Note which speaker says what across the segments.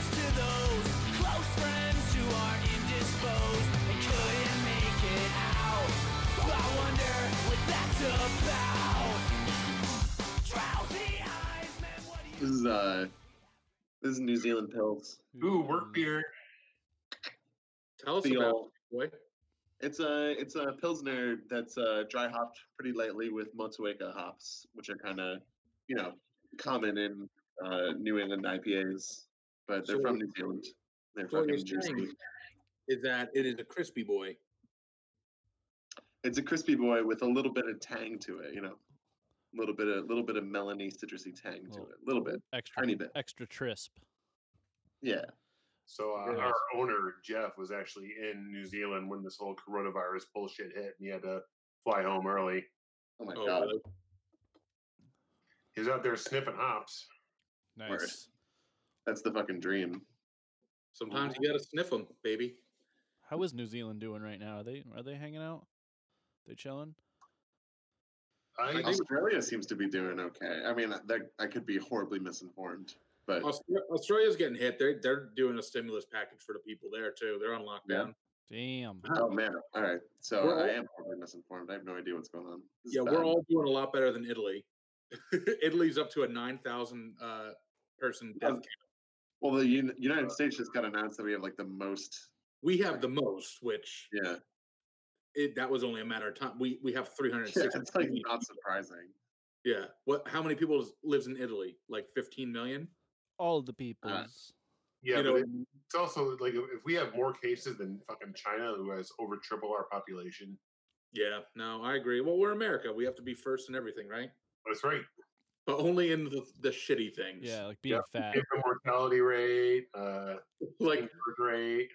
Speaker 1: those close friends who are indisposed and couldn't make it out. I wonder what that's about. Drowsy eyes, man, what do you
Speaker 2: This is uh, this is New Zealand Pills.
Speaker 3: Ooh,
Speaker 2: um
Speaker 3: work beer.
Speaker 4: Tell us
Speaker 2: The
Speaker 4: about
Speaker 2: old-
Speaker 4: it, boy.
Speaker 2: It's a it's a pilsner that's uh, dry hopped pretty lightly with Motueka hops, which are kind of you know common in uh, New England IPAs, but they're
Speaker 4: So-
Speaker 2: from New Zealand. They're
Speaker 4: So what
Speaker 2: from
Speaker 4: you're
Speaker 2: New Jersey.
Speaker 4: saying is that it is a crispy boy.
Speaker 2: It's a crispy boy with a little bit of tang to it, you know, a little bit of little bit of melony, citrusy tang to
Speaker 4: Oh.
Speaker 5: Well-
Speaker 2: it, a little bit,
Speaker 5: Extra,
Speaker 2: tiny bit.
Speaker 5: extra trisp.
Speaker 2: Yeah,
Speaker 3: So uh,
Speaker 4: Yes.
Speaker 3: our owner Jeff was actually in New Zealand when this whole coronavirus bullshit hit, and he had to fly home early.
Speaker 2: Oh my
Speaker 4: Oh,
Speaker 2: god.
Speaker 4: really?
Speaker 3: He was out there sniffing hops.
Speaker 5: Nice.
Speaker 2: That's the fucking dream. Mm-hmm.
Speaker 4: Sometimes you got to sniff them, baby.
Speaker 5: How is New Zealand doing right now? Are they are they hanging out? They chilling?
Speaker 3: I,
Speaker 4: think-
Speaker 2: Australia seems to be doing okay. I mean, that I could be horribly misinformed, but
Speaker 4: Austra- Australia's getting hit. They're they're doing a stimulus package for the people there too. They're on lockdown.
Speaker 5: Damn.
Speaker 2: oh man, all right. So
Speaker 4: We're all-
Speaker 2: I am horribly misinformed. I have no idea what's going on. This is
Speaker 4: Yeah, we're
Speaker 2: bad.
Speaker 4: all doing a lot better than Italy. Italy's up to a nine thousand uh, person death.
Speaker 2: Um,
Speaker 4: count.
Speaker 2: Well, the Un- United
Speaker 4: Uh,
Speaker 2: States just got announced that we have like the most.
Speaker 4: We have the most, which
Speaker 2: Yeah,
Speaker 4: it, that was only a matter of time. We we have three hundred
Speaker 2: yeah
Speaker 4: sixty.
Speaker 2: it's like not surprising.
Speaker 4: yeah. What? How many people is, lives in Italy? Like fifteen million.
Speaker 5: All the peoples.
Speaker 3: yeah,
Speaker 4: you
Speaker 3: but
Speaker 4: know-
Speaker 3: it- it's also like if if we have more cases than fucking China, who has over triple our population.
Speaker 4: Yeah. No, I agree. Well, we're America. We have to be first in everything, right?
Speaker 3: That's right.
Speaker 4: But only in the, the shitty things.
Speaker 5: yeah, like being fat.
Speaker 3: Infant mortality rate, uh,
Speaker 4: Like
Speaker 3: birth rate.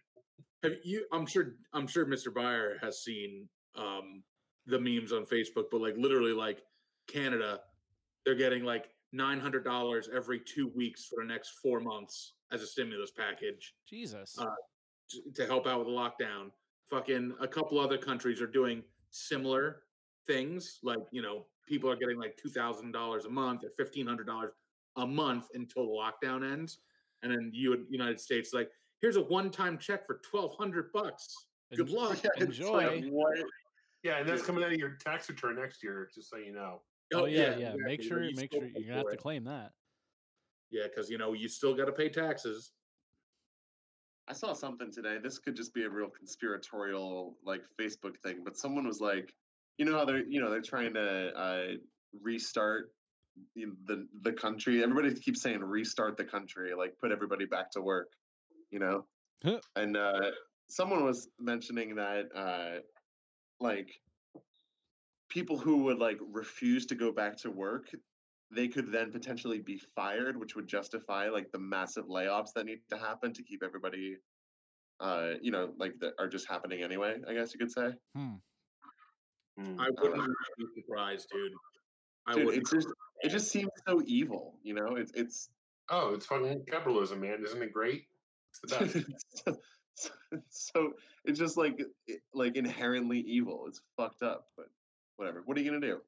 Speaker 4: Have you? I'm sure. I'm sure Mr. Buyer has seen um, the memes on Facebook, but like literally, like Canada, they're getting like nine hundred dollars every two weeks for the next four months as a stimulus package
Speaker 5: Jesus.
Speaker 4: Uh, t- to help out with the lockdown. Fucking a couple other countries are doing similar things. Like you know, people are getting like two thousand dollars a month or fifteen hundred dollars a month until the lockdown ends, and then you in United States like here's a one time check for twelve hundred bucks. Good
Speaker 5: En-
Speaker 4: luck.
Speaker 2: Yeah, it's like,
Speaker 5: Enjoy.
Speaker 2: what?
Speaker 3: Yeah, and that's
Speaker 4: Yeah.
Speaker 3: coming out of your tax return next year, just so you know.
Speaker 5: Oh, yeah, yeah. Make
Speaker 4: exactly,
Speaker 5: sure,
Speaker 4: where you
Speaker 5: make
Speaker 4: still
Speaker 5: sure
Speaker 4: pay
Speaker 5: you're gonna have
Speaker 4: for
Speaker 5: to
Speaker 4: it.
Speaker 5: claim that.
Speaker 4: Yeah, because you know you still got to pay taxes.
Speaker 2: I saw something today. This could just be a real conspiratorial like Facebook thing, but someone was like, you know how they're you know they're trying to uh, restart the, the the country. Everybody keeps saying restart the country, like put everybody back to work, you know.
Speaker 5: Huh.
Speaker 2: and uh, someone was mentioning that uh, like people who would like refuse to go back to work they could then potentially be fired, which would justify like the massive layoffs that need to happen to keep everybody, uh, you know, like that are just happening anyway. I guess you could say,
Speaker 5: Hmm.
Speaker 3: Mm.
Speaker 5: Uh-huh.
Speaker 4: I wouldn't be surprised, dude. I
Speaker 2: dude,
Speaker 4: wouldn't.
Speaker 2: it's just it just seems so evil. You know, it's it's
Speaker 3: Oh, it's fucking capitalism, man. Isn't it great? It's the best.
Speaker 2: so, so it's just like it- like inherently evil. It's fucked up, but whatever. What are you gonna do?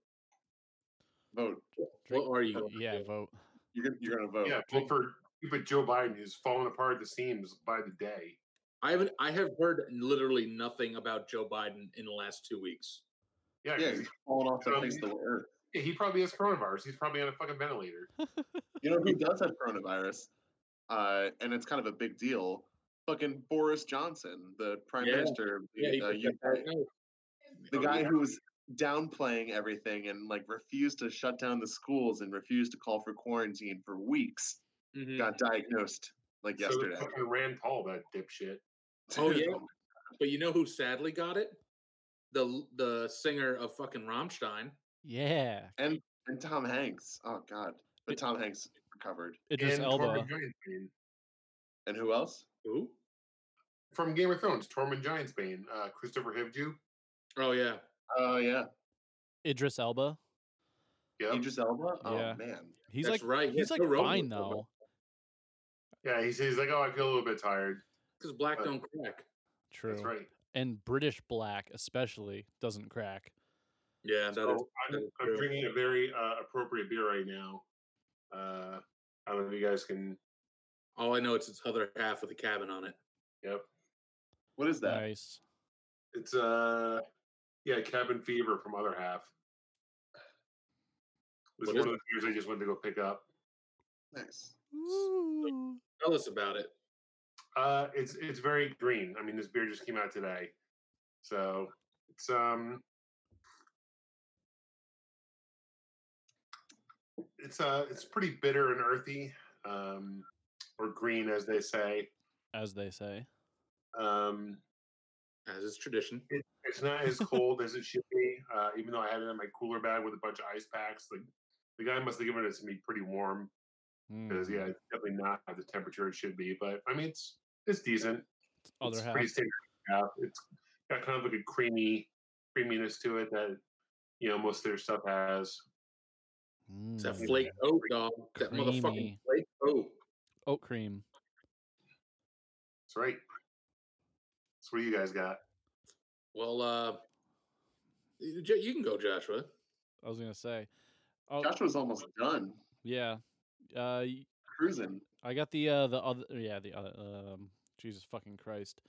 Speaker 2: Vote.
Speaker 5: Drink-
Speaker 4: what are you? gonna
Speaker 5: Yeah,
Speaker 4: do?
Speaker 5: vote.
Speaker 2: You're gonna you're
Speaker 4: Oh,
Speaker 2: gonna vote.
Speaker 3: yeah, vote for stupid Joe Biden, who's falling apart at the seams by the day.
Speaker 4: I haven't. I have heard literally nothing about Joe Biden in the last two weeks.
Speaker 3: Yeah,
Speaker 2: Yeah,
Speaker 3: 'cause
Speaker 2: he's falling off the
Speaker 3: Um,
Speaker 2: face of the earth.
Speaker 3: he- he probably has coronavirus. He's probably on a fucking ventilator.
Speaker 2: You know who does have coronavirus? Uh, and it's kind of a big deal. Fucking Boris Johnson, the prime
Speaker 4: Yeah.
Speaker 2: minister of the, uh,
Speaker 4: he- "Oh,
Speaker 2: UK, the
Speaker 3: Oh,
Speaker 2: guy
Speaker 3: yeah.
Speaker 2: who was downplaying everything and like refused to shut down the schools and refused to call for quarantine for weeks,
Speaker 4: Mhm.
Speaker 2: got diagnosed like
Speaker 3: So did
Speaker 2: yesterday. Um,
Speaker 3: fucking Rand Paul, that dipshit.
Speaker 4: Oh, yeah? But you know who sadly got it? The l- the singer of fucking Rammstein.
Speaker 5: Yeah.
Speaker 2: and Tom Hanks. Oh god, but
Speaker 5: It-
Speaker 2: Tom Hanks recovered.
Speaker 5: Idris
Speaker 3: And
Speaker 5: Elba.
Speaker 3: Tormund Giantsbane
Speaker 2: And who else?
Speaker 4: Who?
Speaker 3: from Game of Thrones. Tormund Giantsbane, uh, Christopher Hivju.
Speaker 4: Oh yeah.
Speaker 2: Oh yeah,
Speaker 5: Idris Elba.
Speaker 3: Yeah,
Speaker 2: Idris Elba. Oh
Speaker 5: Yeah.
Speaker 2: man,
Speaker 5: He's
Speaker 4: That's
Speaker 5: like
Speaker 4: right, he
Speaker 5: He's
Speaker 4: had
Speaker 5: like
Speaker 4: no role
Speaker 5: fine
Speaker 4: with Elba.
Speaker 5: though.
Speaker 3: yeah. He's, he's like, oh, I feel a little bit tired.
Speaker 4: Because black
Speaker 3: But-
Speaker 4: don't crack.
Speaker 5: True.
Speaker 3: That's right.
Speaker 5: And British black especially doesn't crack.
Speaker 4: Yeah, that is.
Speaker 3: So I'm,
Speaker 4: that is
Speaker 3: I'm
Speaker 4: true.
Speaker 3: drinking a very uh, appropriate beer right now. Uh, I don't know if you guys can
Speaker 4: All I know is its other half with a cabin on it.
Speaker 3: Yep.
Speaker 2: What is that?
Speaker 5: Nice.
Speaker 3: It's uh yeah, cabin fever from other half. It was
Speaker 4: What
Speaker 3: one
Speaker 4: is
Speaker 3: of the beers I just went to go pick up.
Speaker 2: Nice.
Speaker 4: Tell us about it.
Speaker 3: Uh, it's it's very green. I mean, this beer just came out today, so it's um, it's uh, it's pretty bitter and earthy, um, or green as they say.
Speaker 5: As they say.
Speaker 3: Um,
Speaker 4: As is tradition.
Speaker 3: it, it's not as cold as it should be, uh, even though I had it in my cooler bag with a bunch of ice packs. Like the guy must have given it to me pretty warm because
Speaker 5: Mm,
Speaker 3: yeah, it's definitely not at the temperature it should be. But I mean, it's it's decent.
Speaker 5: Other
Speaker 3: it's
Speaker 5: half.
Speaker 3: pretty standard. Yeah, it's got kind of like a creamy creaminess to it that you know most of their stuff has.
Speaker 4: It's that
Speaker 5: Mm,
Speaker 4: flake oat dog. That motherfucking
Speaker 5: Creamy.
Speaker 4: flake oat.
Speaker 5: Oat cream.
Speaker 3: That's right. That's what you guys got.
Speaker 4: Well, uh, y- J- you can go, Joshua.
Speaker 5: I was gonna say. Oh
Speaker 2: Joshua's almost done
Speaker 5: yeah. Uh, y-
Speaker 2: cruising.
Speaker 5: I got the uh the other yeah the other um Jesus fucking Christ,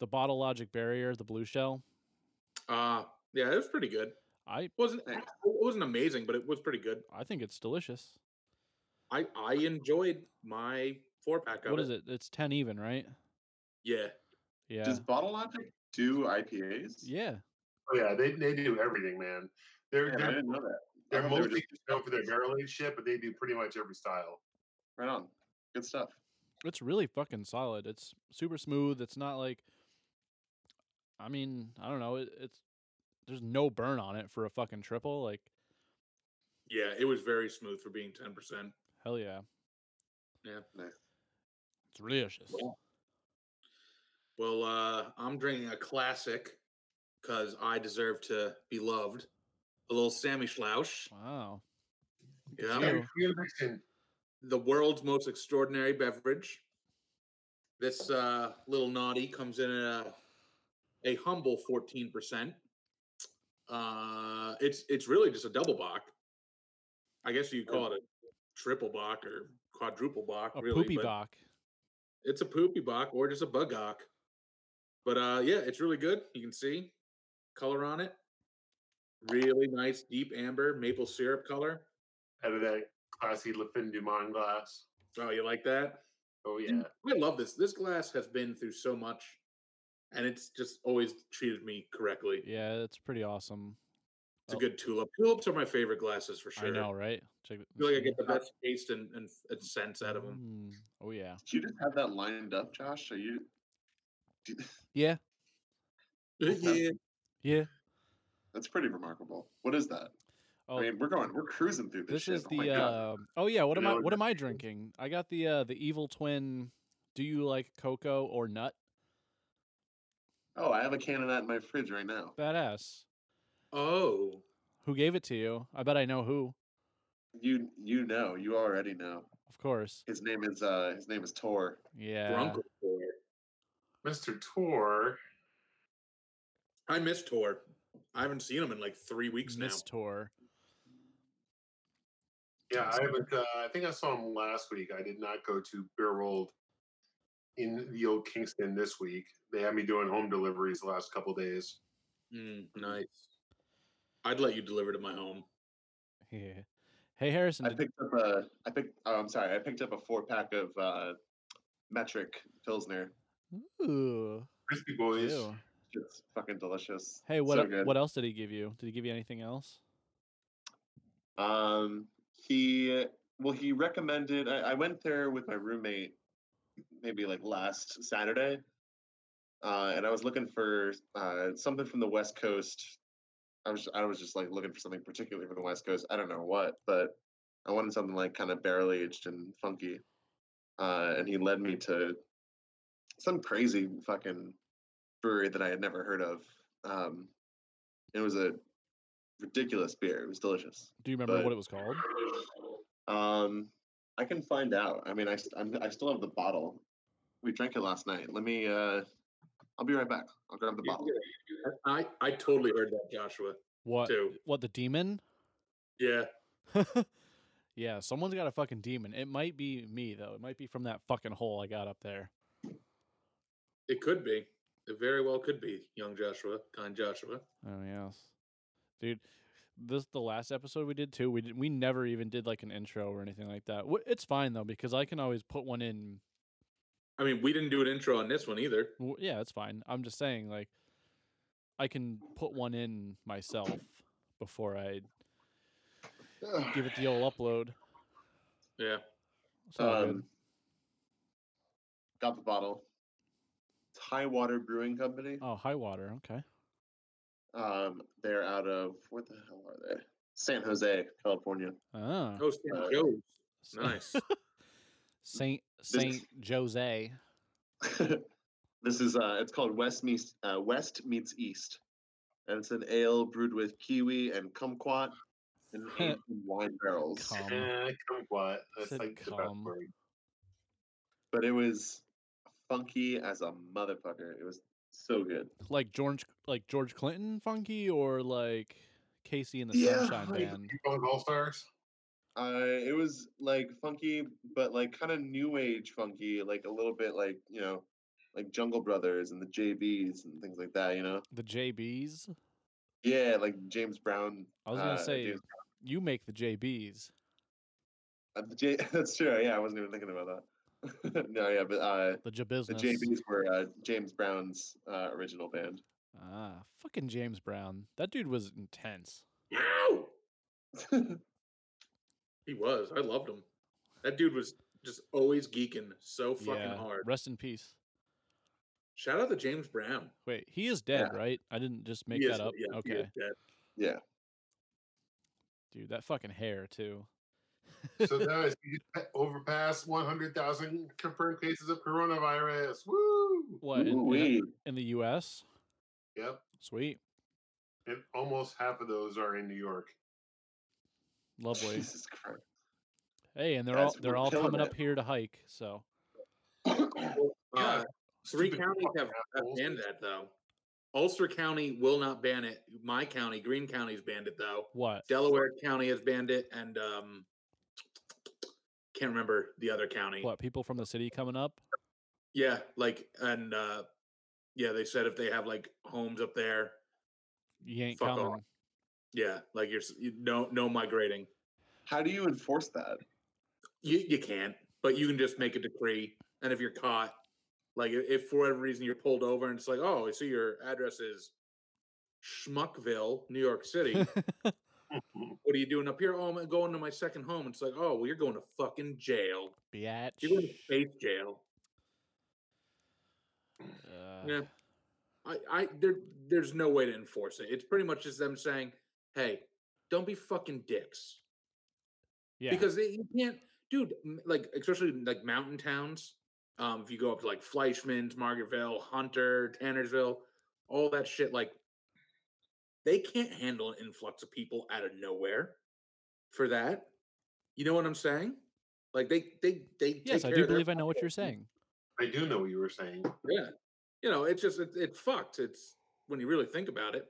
Speaker 5: the Bottle Logic Barrier, the blue shell.
Speaker 4: Uh, yeah, it was pretty good.
Speaker 5: I
Speaker 4: wasn't
Speaker 2: Thanks.
Speaker 4: It wasn't amazing, but it was pretty good.
Speaker 5: I think it's delicious.
Speaker 4: I I enjoyed my four pack of
Speaker 5: What is it? It's ten even, right?
Speaker 4: Yeah.
Speaker 5: Yeah.
Speaker 2: Does Bottle Logic do IPAs?
Speaker 5: yeah.
Speaker 3: Oh yeah, they they do everything, man. They're
Speaker 2: Man, I
Speaker 3: they're,
Speaker 2: didn't know that. I
Speaker 3: they're
Speaker 2: thought they were
Speaker 3: mostly
Speaker 2: just-
Speaker 3: known for their barrel aged shit, but they do pretty much every style.
Speaker 2: Right on. Good stuff.
Speaker 5: It's really fucking solid. It's super smooth. It's not like I mean, I don't know, it, it's there's no burn on it for a fucking triple. Like,
Speaker 4: Yeah, it was very smooth for being ten percent.
Speaker 5: hell yeah.
Speaker 4: Yeah.
Speaker 2: Nice.
Speaker 5: It's delicious.
Speaker 4: Well, Well, uh, I'm drinking a classic because I deserve to be loved. A little Sammy Schlausch.
Speaker 5: Wow.
Speaker 4: Yeah.
Speaker 5: you.
Speaker 3: Very few mixing.
Speaker 4: the world's most extraordinary beverage. This uh, little naughty comes in at a, a humble fourteen percent. Uh, it's it's really just a double bock. I guess you call it a triple bock or quadruple bock.
Speaker 5: A
Speaker 4: really,
Speaker 5: poopy
Speaker 4: but
Speaker 5: bock.
Speaker 4: It's a poopy bock or just a bugock. But uh, yeah, it's really good. You can see color on it. Really nice deep amber maple syrup color.
Speaker 3: out of that classy Lefin Dumont glass.
Speaker 4: Oh, you like that?
Speaker 3: Oh yeah,
Speaker 2: Mm.
Speaker 4: And I love this. This glass has been through so much, and it's just always treated me correctly.
Speaker 5: Yeah, it's pretty awesome.
Speaker 4: It's a
Speaker 5: Oh.
Speaker 4: good tulip. Tulips are my favorite glasses for sure.
Speaker 5: I know, right? Check
Speaker 4: I feel like I get the best taste and, and, and sense out of them.
Speaker 5: Mm, Oh yeah.
Speaker 2: Did you just have that lined up, Josh? Are you
Speaker 5: Yeah.
Speaker 4: yeah,
Speaker 5: Mm, Yeah.
Speaker 2: that's pretty remarkable. What is that?
Speaker 5: Oh,
Speaker 2: I mean, we're going, we're cruising through this.
Speaker 5: this
Speaker 2: shit.
Speaker 5: is
Speaker 2: oh my
Speaker 5: the
Speaker 2: God.
Speaker 5: uh, oh yeah, what am I
Speaker 3: Vanilla
Speaker 5: what am I drinking? I got the uh the evil twin do you like cocoa or nut?
Speaker 2: oh, I have a can of that in my fridge right now.
Speaker 5: Badass.
Speaker 4: Oh,
Speaker 5: Who gave it to you? I bet I know who.
Speaker 2: You you know, you already know.
Speaker 5: Of course.
Speaker 2: His name is uh his name is Tor.
Speaker 5: Yeah.
Speaker 4: Bronco Tour.
Speaker 3: Mister Tor.
Speaker 4: I miss Tor. I haven't seen him in like three weeks now.
Speaker 5: Mistor.
Speaker 3: Yeah, I
Speaker 4: So-
Speaker 3: haven't. Uh, I think I saw him last week. I did not go to Beer World in the old Kingston this week. They had me doing home deliveries the last couple days.
Speaker 4: Mm, nice. I'd let you deliver to my home.
Speaker 5: Yeah. Hey Harrison,
Speaker 2: I
Speaker 5: did-
Speaker 2: picked up a I picked oh, I'm sorry, I picked up a four pack of uh metric Pilsner.
Speaker 5: Ooh,
Speaker 3: Crispy boys.
Speaker 5: ew.
Speaker 2: It's fucking delicious.
Speaker 5: Hey, what
Speaker 2: so
Speaker 5: el-
Speaker 2: good.
Speaker 5: what else did he give you? Did he give you anything else?
Speaker 2: Um, he well, he recommended. I, I went there with my roommate, maybe like last Saturday, uh, and I was looking for uh, something from the West Coast. I was I was just like looking for something particularly from the West Coast. I don't know what, but I wanted something like kind of barrel aged and funky. Uh, and he led me to some crazy fucking brewery that I had never heard of. Um, it was a ridiculous beer. It was delicious.
Speaker 5: Do you remember
Speaker 2: But-
Speaker 5: what it was called?
Speaker 2: Um, I can find out. I mean, I st- I'm, I still have the bottle. We drank it last night. Let me. Uh, I'll be right back. I'll grab the
Speaker 4: You-
Speaker 2: bottle.
Speaker 4: I, I totally heard that, Joshua,
Speaker 5: What?
Speaker 4: too.
Speaker 5: What the demon?
Speaker 4: Yeah.
Speaker 5: Yeah, someone's got a fucking demon. It might be me though. It might be from that fucking hole I got up there.
Speaker 4: It could be. It very well could be young Joshua, kind Joshua.
Speaker 5: Oh yes, dude. This the last episode we did too. We did, we never even did like an intro or anything like that. Wh- It's fine though because I can always put one in
Speaker 4: I mean, we didn't do an intro on this one either.
Speaker 5: Well, yeah, it's fine. I'm just saying, like, I can put one in myself before I give it the old upload.
Speaker 4: Yeah.
Speaker 5: It's all good.
Speaker 2: Um, got the bottle. It's High Water Brewing Company.
Speaker 5: Oh, high water. Okay.
Speaker 2: Um, they're out of where the hell are they? San Jose, California.
Speaker 5: Ah,
Speaker 4: Oh, St.
Speaker 2: Uh,
Speaker 4: Joe's.
Speaker 5: s-
Speaker 4: Nice.
Speaker 5: Saint Saint Jose.
Speaker 2: this is uh, it's called West meets uh, West meets East, and it's an ale brewed with kiwi and kumquat and aged in wine barrels.
Speaker 5: Cum.
Speaker 3: Eh, kumquat. That's
Speaker 5: Said
Speaker 3: like the best
Speaker 5: cum.
Speaker 3: word.
Speaker 2: But it was funky as a motherfucker. It was so good.
Speaker 5: like George, like George Clinton, funky, or like Casey and the
Speaker 2: Yeah,
Speaker 5: Sunshine
Speaker 2: like-
Speaker 5: Band.
Speaker 3: You going All Stars?
Speaker 2: Uh, it was like funky, but like kind of new age funky, like a little bit like you know, like Jungle Brothers and the JBs and things like that. You know,
Speaker 5: The JBs.
Speaker 2: yeah, like James Brown.
Speaker 5: I was gonna
Speaker 2: uh,
Speaker 5: say
Speaker 2: James-
Speaker 5: you make the JBs.
Speaker 2: uh, the J- that's true. Yeah, I wasn't even thinking about that. no, yeah, but uh,
Speaker 5: The
Speaker 2: the
Speaker 5: Jabusiness.
Speaker 2: JBs were uh, James Brown's uh, original band.
Speaker 5: Ah, fucking James Brown. That dude was intense.
Speaker 4: Ow! He was. I loved him. That dude was just always geeking so fucking
Speaker 5: yeah.
Speaker 4: hard.
Speaker 5: Rest in peace.
Speaker 4: Shout out to James Brown.
Speaker 5: Wait, he is dead, right? I didn't just make
Speaker 4: He
Speaker 5: that
Speaker 4: is-
Speaker 5: up.
Speaker 4: yeah, he
Speaker 5: okay,
Speaker 4: is dead.
Speaker 2: yeah,
Speaker 5: dude, that fucking hair too.
Speaker 3: So that is you just overpass 100,000 confirmed cases of coronavirus. Woo!
Speaker 5: What in, in, a-
Speaker 2: Ooh-wee.
Speaker 5: in the U.S.?
Speaker 3: Yep.
Speaker 5: Sweet,
Speaker 3: And almost half of those are in New York.
Speaker 5: lovely.
Speaker 2: Jesus Christ.
Speaker 5: hey, and they're
Speaker 2: Guys,
Speaker 5: all they're
Speaker 2: we're
Speaker 5: all
Speaker 2: killing
Speaker 5: coming
Speaker 2: it.
Speaker 5: up here to hike. So
Speaker 4: Uh, three
Speaker 3: stupid
Speaker 4: counties
Speaker 3: fucking
Speaker 4: have, have
Speaker 3: assholes.
Speaker 4: banned that though. Ulster County will not ban it. My county, Green County's banned it though.
Speaker 5: what?
Speaker 4: Delaware County has banned it, and um, can't remember the other county.
Speaker 5: What people from the city coming up?
Speaker 4: Yeah, like and uh, yeah, they said if they have like homes up there,
Speaker 5: You ain't
Speaker 4: Fuck off.
Speaker 5: coming.
Speaker 4: yeah, like you're s- you, no no migrating.
Speaker 2: How do you enforce that?
Speaker 4: You you can't, but you can just make a decree, and if you're caught, like i- if for whatever reason you're pulled over and it's like, oh, I see your address is Schmuckville, New York City. what are you doing up here? Oh, I'm going to my second home. It's like, oh, well, you're going to fucking jail.
Speaker 5: Biatch.
Speaker 4: You're going to space jail.
Speaker 5: Uh,
Speaker 4: Yeah. I, I, there, there's no way to enforce it. It's pretty much just them saying, hey, don't be fucking dicks.
Speaker 5: yeah.
Speaker 4: Because they, you can't, dude, m- like, especially like mountain towns. Um, if you go up to like Fleischmann's, Margaretville, Hunter, Tannersville, all that shit, like, they can't handle an influx of people out of nowhere for that. You know what I'm saying? Like, they, they, they,
Speaker 5: yes,
Speaker 4: take
Speaker 5: I
Speaker 4: care
Speaker 5: do
Speaker 4: of their
Speaker 5: believe I know what you're
Speaker 4: population.
Speaker 5: saying.
Speaker 3: I do know what you were saying.
Speaker 4: Yeah. You know, it's just, it, it's fucked. It's when you really think about it.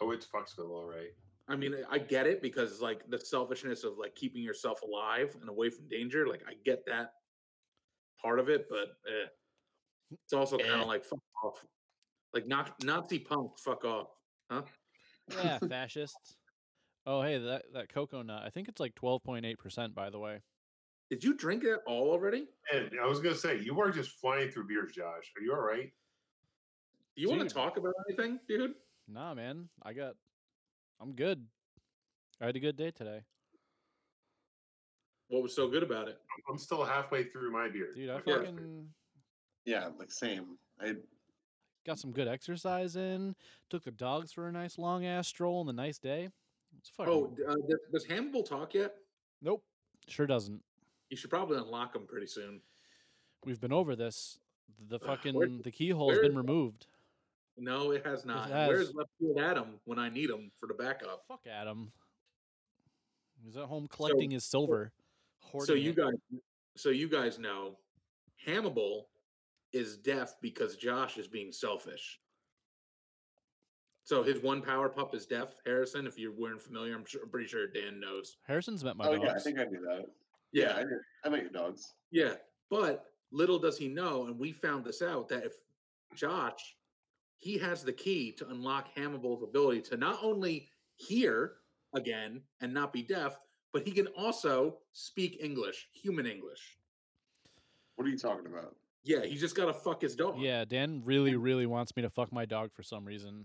Speaker 3: Oh, it's Foxville, all right.
Speaker 4: I mean, I get it because like the selfishness of like keeping yourself alive and away from danger. Like, I get that part of it, but eh. it's also kind
Speaker 5: Eh.
Speaker 4: of like fuck off. Like, not Nazi punk, fuck off.
Speaker 5: Yeah, fascists. Oh, hey, that that coconut. I think it's like twelve point eight percent. By the way,
Speaker 4: Did you drink it all already?
Speaker 3: And I was going to say, you are just flying through beers, Josh. Are you all right?
Speaker 4: Do you want
Speaker 5: Dude.
Speaker 4: to talk about anything, dude?
Speaker 5: nah, man, I got. I'm good. I had a good day today,
Speaker 4: What was so good about it?
Speaker 3: I'm still halfway through my beer.
Speaker 5: dude. I
Speaker 3: My first
Speaker 5: fucking.
Speaker 3: beer.
Speaker 2: Yeah, like same. I
Speaker 5: got some good exercise in. Took the dogs for a nice long ass stroll on the nice day. It's fucking.
Speaker 4: Oh, d- uh, does, does Hannibal talk yet?
Speaker 5: nope, sure doesn't.
Speaker 4: You should probably unlock him pretty soon.
Speaker 5: We've been over this. The
Speaker 4: Where-
Speaker 5: fucking the keyhole has been
Speaker 4: where-
Speaker 5: removed.
Speaker 4: No, it has not.
Speaker 5: has.
Speaker 4: Where's left field Adam when I need him for the backup?
Speaker 5: Fuck Adam. He's at home collecting his silver.
Speaker 4: so
Speaker 5: hoarding
Speaker 4: you
Speaker 5: it.
Speaker 4: guys, so you guys know, Hannibal is deaf because Josh is being selfish. So his one power pup is deaf. Harrison, if you weren't familiar, I'm, sure, I'm pretty sure Dan knows.
Speaker 5: Harrison's met my
Speaker 2: oh
Speaker 5: dogs.
Speaker 2: yeah, I think I knew that. I, knew, I met your dogs.
Speaker 4: Yeah. But little does he know, and we found this out that if Josh, he has the key to unlock Hammable's ability to not only hear again and not be deaf, but he can also speak English, human English.
Speaker 2: What are you talking about?
Speaker 4: Yeah, he's just got to fuck his dog.
Speaker 5: yeah, Dan really, really wants me to fuck my dog for some reason.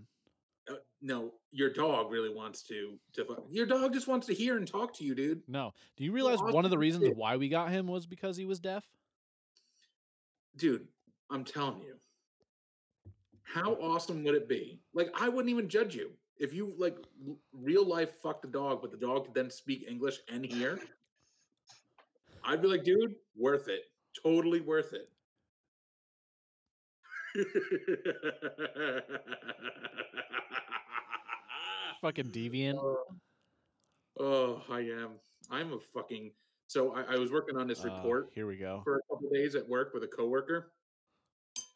Speaker 4: Uh, no, your dog really wants to to fuck. Your dog just wants to hear and talk to you, dude.
Speaker 5: No. Do you realize
Speaker 4: I'll
Speaker 5: one of the
Speaker 4: keep
Speaker 5: reasons
Speaker 4: it.
Speaker 5: why we got him was because he was deaf?
Speaker 4: dude, I'm telling you, how awesome would it be? Like, I wouldn't even judge you if you like l- real life fucked a dog, but the dog could then speak English and hear. I'd be like, dude, worth it, totally worth it.
Speaker 5: Fucking deviant.
Speaker 4: oh, I am. I'm a fucking. So I, I was working on this
Speaker 5: Uh,
Speaker 4: report
Speaker 5: here we go.
Speaker 4: for a couple days at work with a coworker,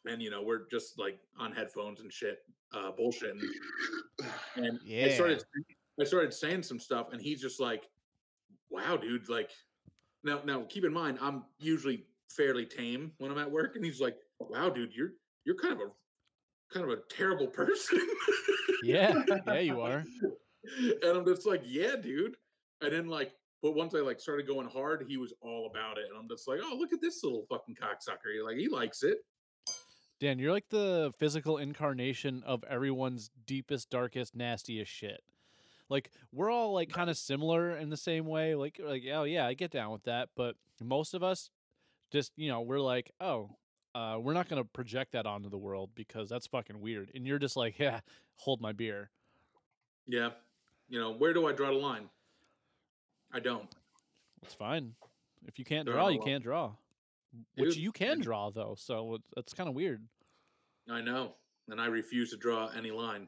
Speaker 4: and you know we're just like on headphones and shit, uh, bullshitting. And I
Speaker 5: Yeah.
Speaker 4: started, I started saying some stuff, and he's just like, "Wow, dude!" Like, now, now keep in mind, I'm usually fairly tame when I'm at work, and he's like, "Wow, dude, you're you're kind of a kind of a terrible person."
Speaker 5: Yeah. Yeah, you are.
Speaker 4: and I'm just like, yeah, dude. I didn't like, but once I like started going hard, he was all about it, and I'm just like, oh, look at this little fucking cocksucker. Like he likes it.
Speaker 5: Dan, you're like the physical incarnation of everyone's deepest, darkest, nastiest shit. Like we're all like kind of similar in the same way. Like like oh yeah, I get down with that. But most of us just you know we're like oh uh, we're not gonna project that onto the world because that's fucking weird. And you're just like yeah, hold my beer.
Speaker 4: Yeah, you know, where do I draw the line? I don't.
Speaker 5: It's fine. If you can't
Speaker 4: Don't
Speaker 5: draw,
Speaker 4: know
Speaker 5: you
Speaker 4: what-
Speaker 5: can't draw. Which
Speaker 4: Dude,
Speaker 5: you can
Speaker 4: and-
Speaker 5: draw though, so it- that's kind of weird.
Speaker 4: I know, and I refuse to draw any line.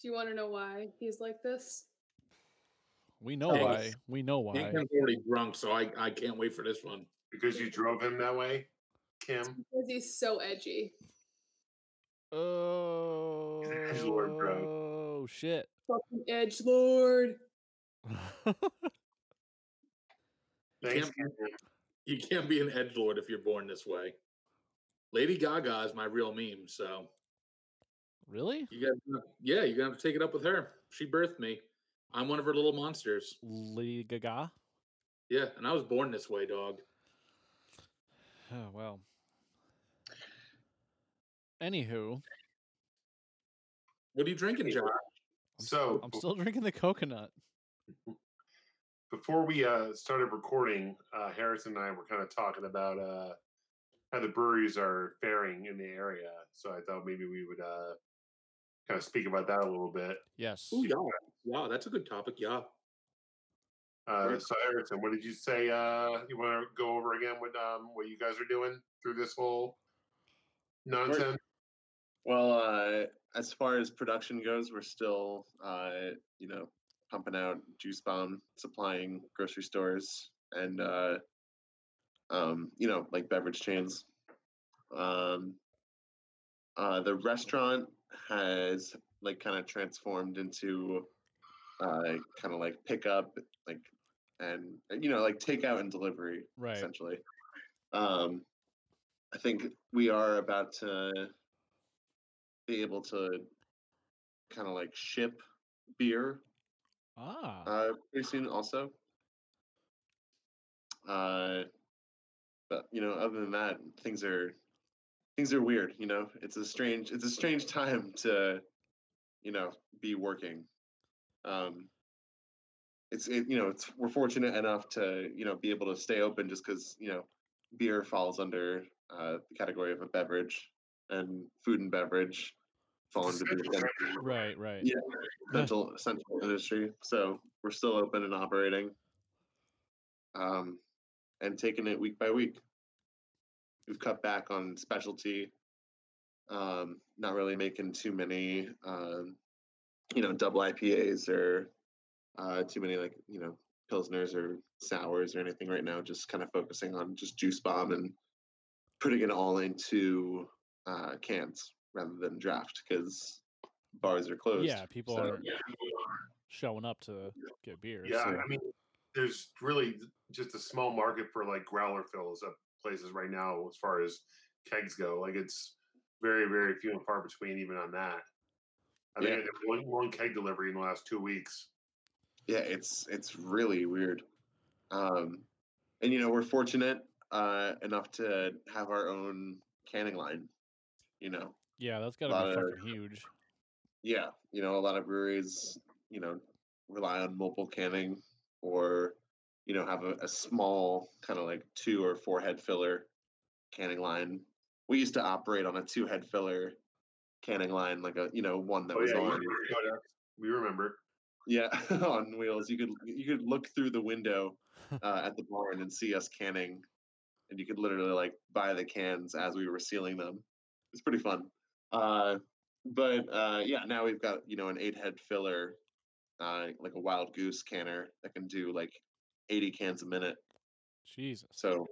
Speaker 6: Do you want to know why he's like this?
Speaker 5: We know
Speaker 4: Thanks.
Speaker 5: why. We know why.
Speaker 4: Hank's already drunk, so I I can't wait for this one.
Speaker 3: Because you drove him that way, Kim.
Speaker 6: Because he's so edgy.
Speaker 3: edgelord,
Speaker 5: Oh shit.
Speaker 6: Fucking edge lord.
Speaker 3: Thanks,
Speaker 4: Kim.
Speaker 3: Kim.
Speaker 4: You can't be an edge lord if you're born this way. Lady Gaga is my real meme, so
Speaker 5: really?
Speaker 4: You guys, yeah, you're gonna have to take it up with her. She birthed me. I'm one of her little monsters.
Speaker 5: Lady Gaga?
Speaker 4: Yeah, and I was born this way, dog.
Speaker 5: Oh well. Anywho,
Speaker 4: What are you drinking, John?
Speaker 3: So
Speaker 5: I'm still drinking the coconut.
Speaker 3: before we uh, started recording, uh, Harrison and I were kind of talking about uh, how the breweries are faring in the area. So I thought maybe we would uh, kind of speak about that a little bit.
Speaker 5: Yes.
Speaker 4: Ooh, yeah. Wow, that's a good topic. Yeah.
Speaker 3: Uh,
Speaker 2: Right.
Speaker 3: so Harrison, what did you say? Uh, you want to go over again what um, what you guys are doing through this whole nonsense?
Speaker 2: Well, uh, as far as production goes, we're still, uh, you know, pumping out Juice Bomb, supplying grocery stores and, uh, um, you know, like beverage chains. Um, uh, the restaurant has like kind of transformed into uh, kind of like pickup, like, and you know, like takeout and delivery
Speaker 5: Right.
Speaker 2: essentially. Um, I think we are about to be able to kind of like ship beer
Speaker 5: Ah.
Speaker 2: uh, pretty soon, also. Uh, but you know, other than that, things are things are weird. You know, it's a strange it's a strange time to you know be working. Um, it's it, you know it's we're fortunate enough to you know be able to stay open just because you know beer falls under uh, the category of a beverage and food and beverage fall under the
Speaker 3: Essential
Speaker 2: essential-
Speaker 3: service.
Speaker 5: Right, right.
Speaker 2: yeah, essential essential industry. So we're still open and operating, um, and taking it week by week. We've cut back on specialty, um, not really making too many, um, you know, double IPAs or uh, too many like you know pilsners or sours or anything right now. Just kind of focusing on just juice bomb and putting it all into uh, cans rather than draft because bars are closed.
Speaker 5: Yeah, people
Speaker 2: so-
Speaker 5: are showing up to get beers.
Speaker 3: Yeah,
Speaker 2: so-
Speaker 3: I mean, there's really just a small market for like growler fills up places right now as far as kegs go. Like it's very, very few and far between even on that. I think I
Speaker 2: Yeah.
Speaker 3: did one, one keg delivery in the last two weeks.
Speaker 2: yeah it's it's really weird um and you know we're fortunate uh enough to have our own canning line you know
Speaker 5: Yeah, that's got to be
Speaker 2: Lot of-
Speaker 5: fucking huge.
Speaker 2: yeah you know a lot of breweries you know rely on mobile canning or you know have a, a small kind of like two or four head filler canning line we used to operate on a two head filler canning line like a you know one that
Speaker 3: Oh,
Speaker 2: was
Speaker 3: yeah, you
Speaker 2: on
Speaker 3: remember, Kodak. we remember.
Speaker 2: Yeah, on wheels. You could you could look through the window uh, at the barn and see us canning, and you could literally like buy the cans as we were sealing them. It's pretty fun. Uh, but uh, yeah, now we've got you know an eight head filler, uh, like a wild goose canner that can do like eighty cans a minute.
Speaker 5: Jesus.
Speaker 2: So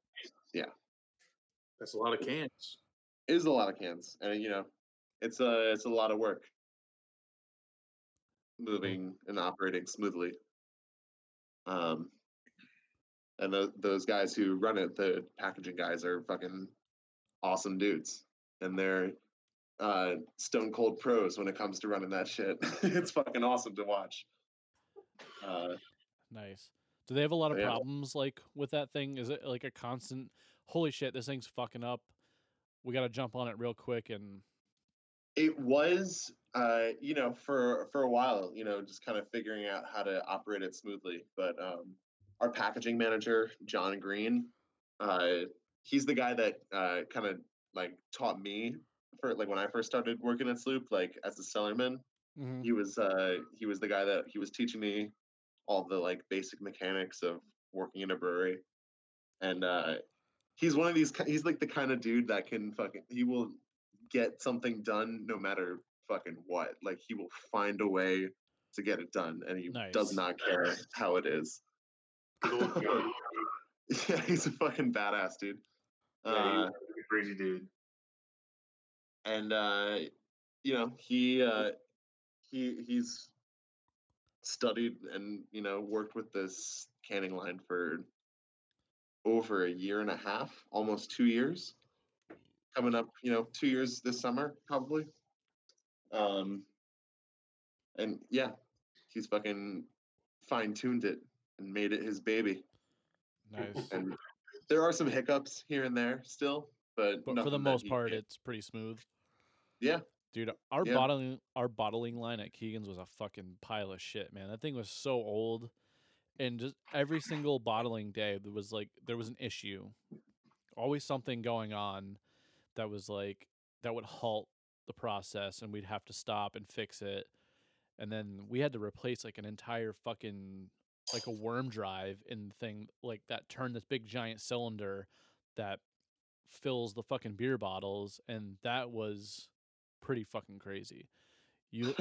Speaker 4: That's a lot of cans.
Speaker 2: it is a lot of cans, and you know it's a it's a lot of work moving and operating smoothly. Um, and tho- those guys who run it, the packaging guys, are fucking awesome dudes, and they're uh, stone cold pros when it comes to running that shit. it's fucking awesome to watch. Uh,
Speaker 5: Nice. Do they have a lot of
Speaker 2: Yeah.
Speaker 5: problems like with that thing? Is it like a constant holy shit, this thing's fucking up. We got to jump on it real quick and
Speaker 2: it was uh you know for for a while you know just kind of figuring out how to operate it smoothly but um our packaging manager john green uh he's the guy that uh kind of like taught me for like when i first started working at sloop like as a sellerman
Speaker 5: Mm-hmm.
Speaker 2: he was uh he was the guy that he was teaching me all the like basic mechanics of working in a brewery and uh he's one of these ki- he's like the kind of dude that can fucking he will get something done no matter fucking what like he will find a way to get it done and he
Speaker 5: Nice.
Speaker 2: does not care how it is
Speaker 3: Good old John.
Speaker 2: yeah he's a fucking badass dude
Speaker 3: Yeah,
Speaker 2: Uh.
Speaker 3: he was a crazy dude.
Speaker 2: and uh, you know he uh, he he's studied and you know worked with this canning line for over a year and a half, almost two years, coming up you know two years this summer probably. Um, and yeah, he's fucking fine tuned it and made it his baby.
Speaker 5: nice.
Speaker 2: And there are some hiccups here and there still, but
Speaker 5: But for the
Speaker 2: nothing that
Speaker 5: most
Speaker 2: he
Speaker 5: part
Speaker 2: can't-
Speaker 5: it's pretty smooth.
Speaker 2: Yeah.
Speaker 5: Dude, our
Speaker 2: Yeah.
Speaker 5: bottling our bottling line at Keegan's was a fucking pile of shit, man. That thing was so old and just every single bottling day there was like there was an issue. Always something going on that was like that would halt the process and we'd have to stop and fix it. And then we had to replace like an entire fucking like a worm drive in the thing like that turned this big giant cylinder that fills the fucking beer bottles and that was pretty fucking crazy. You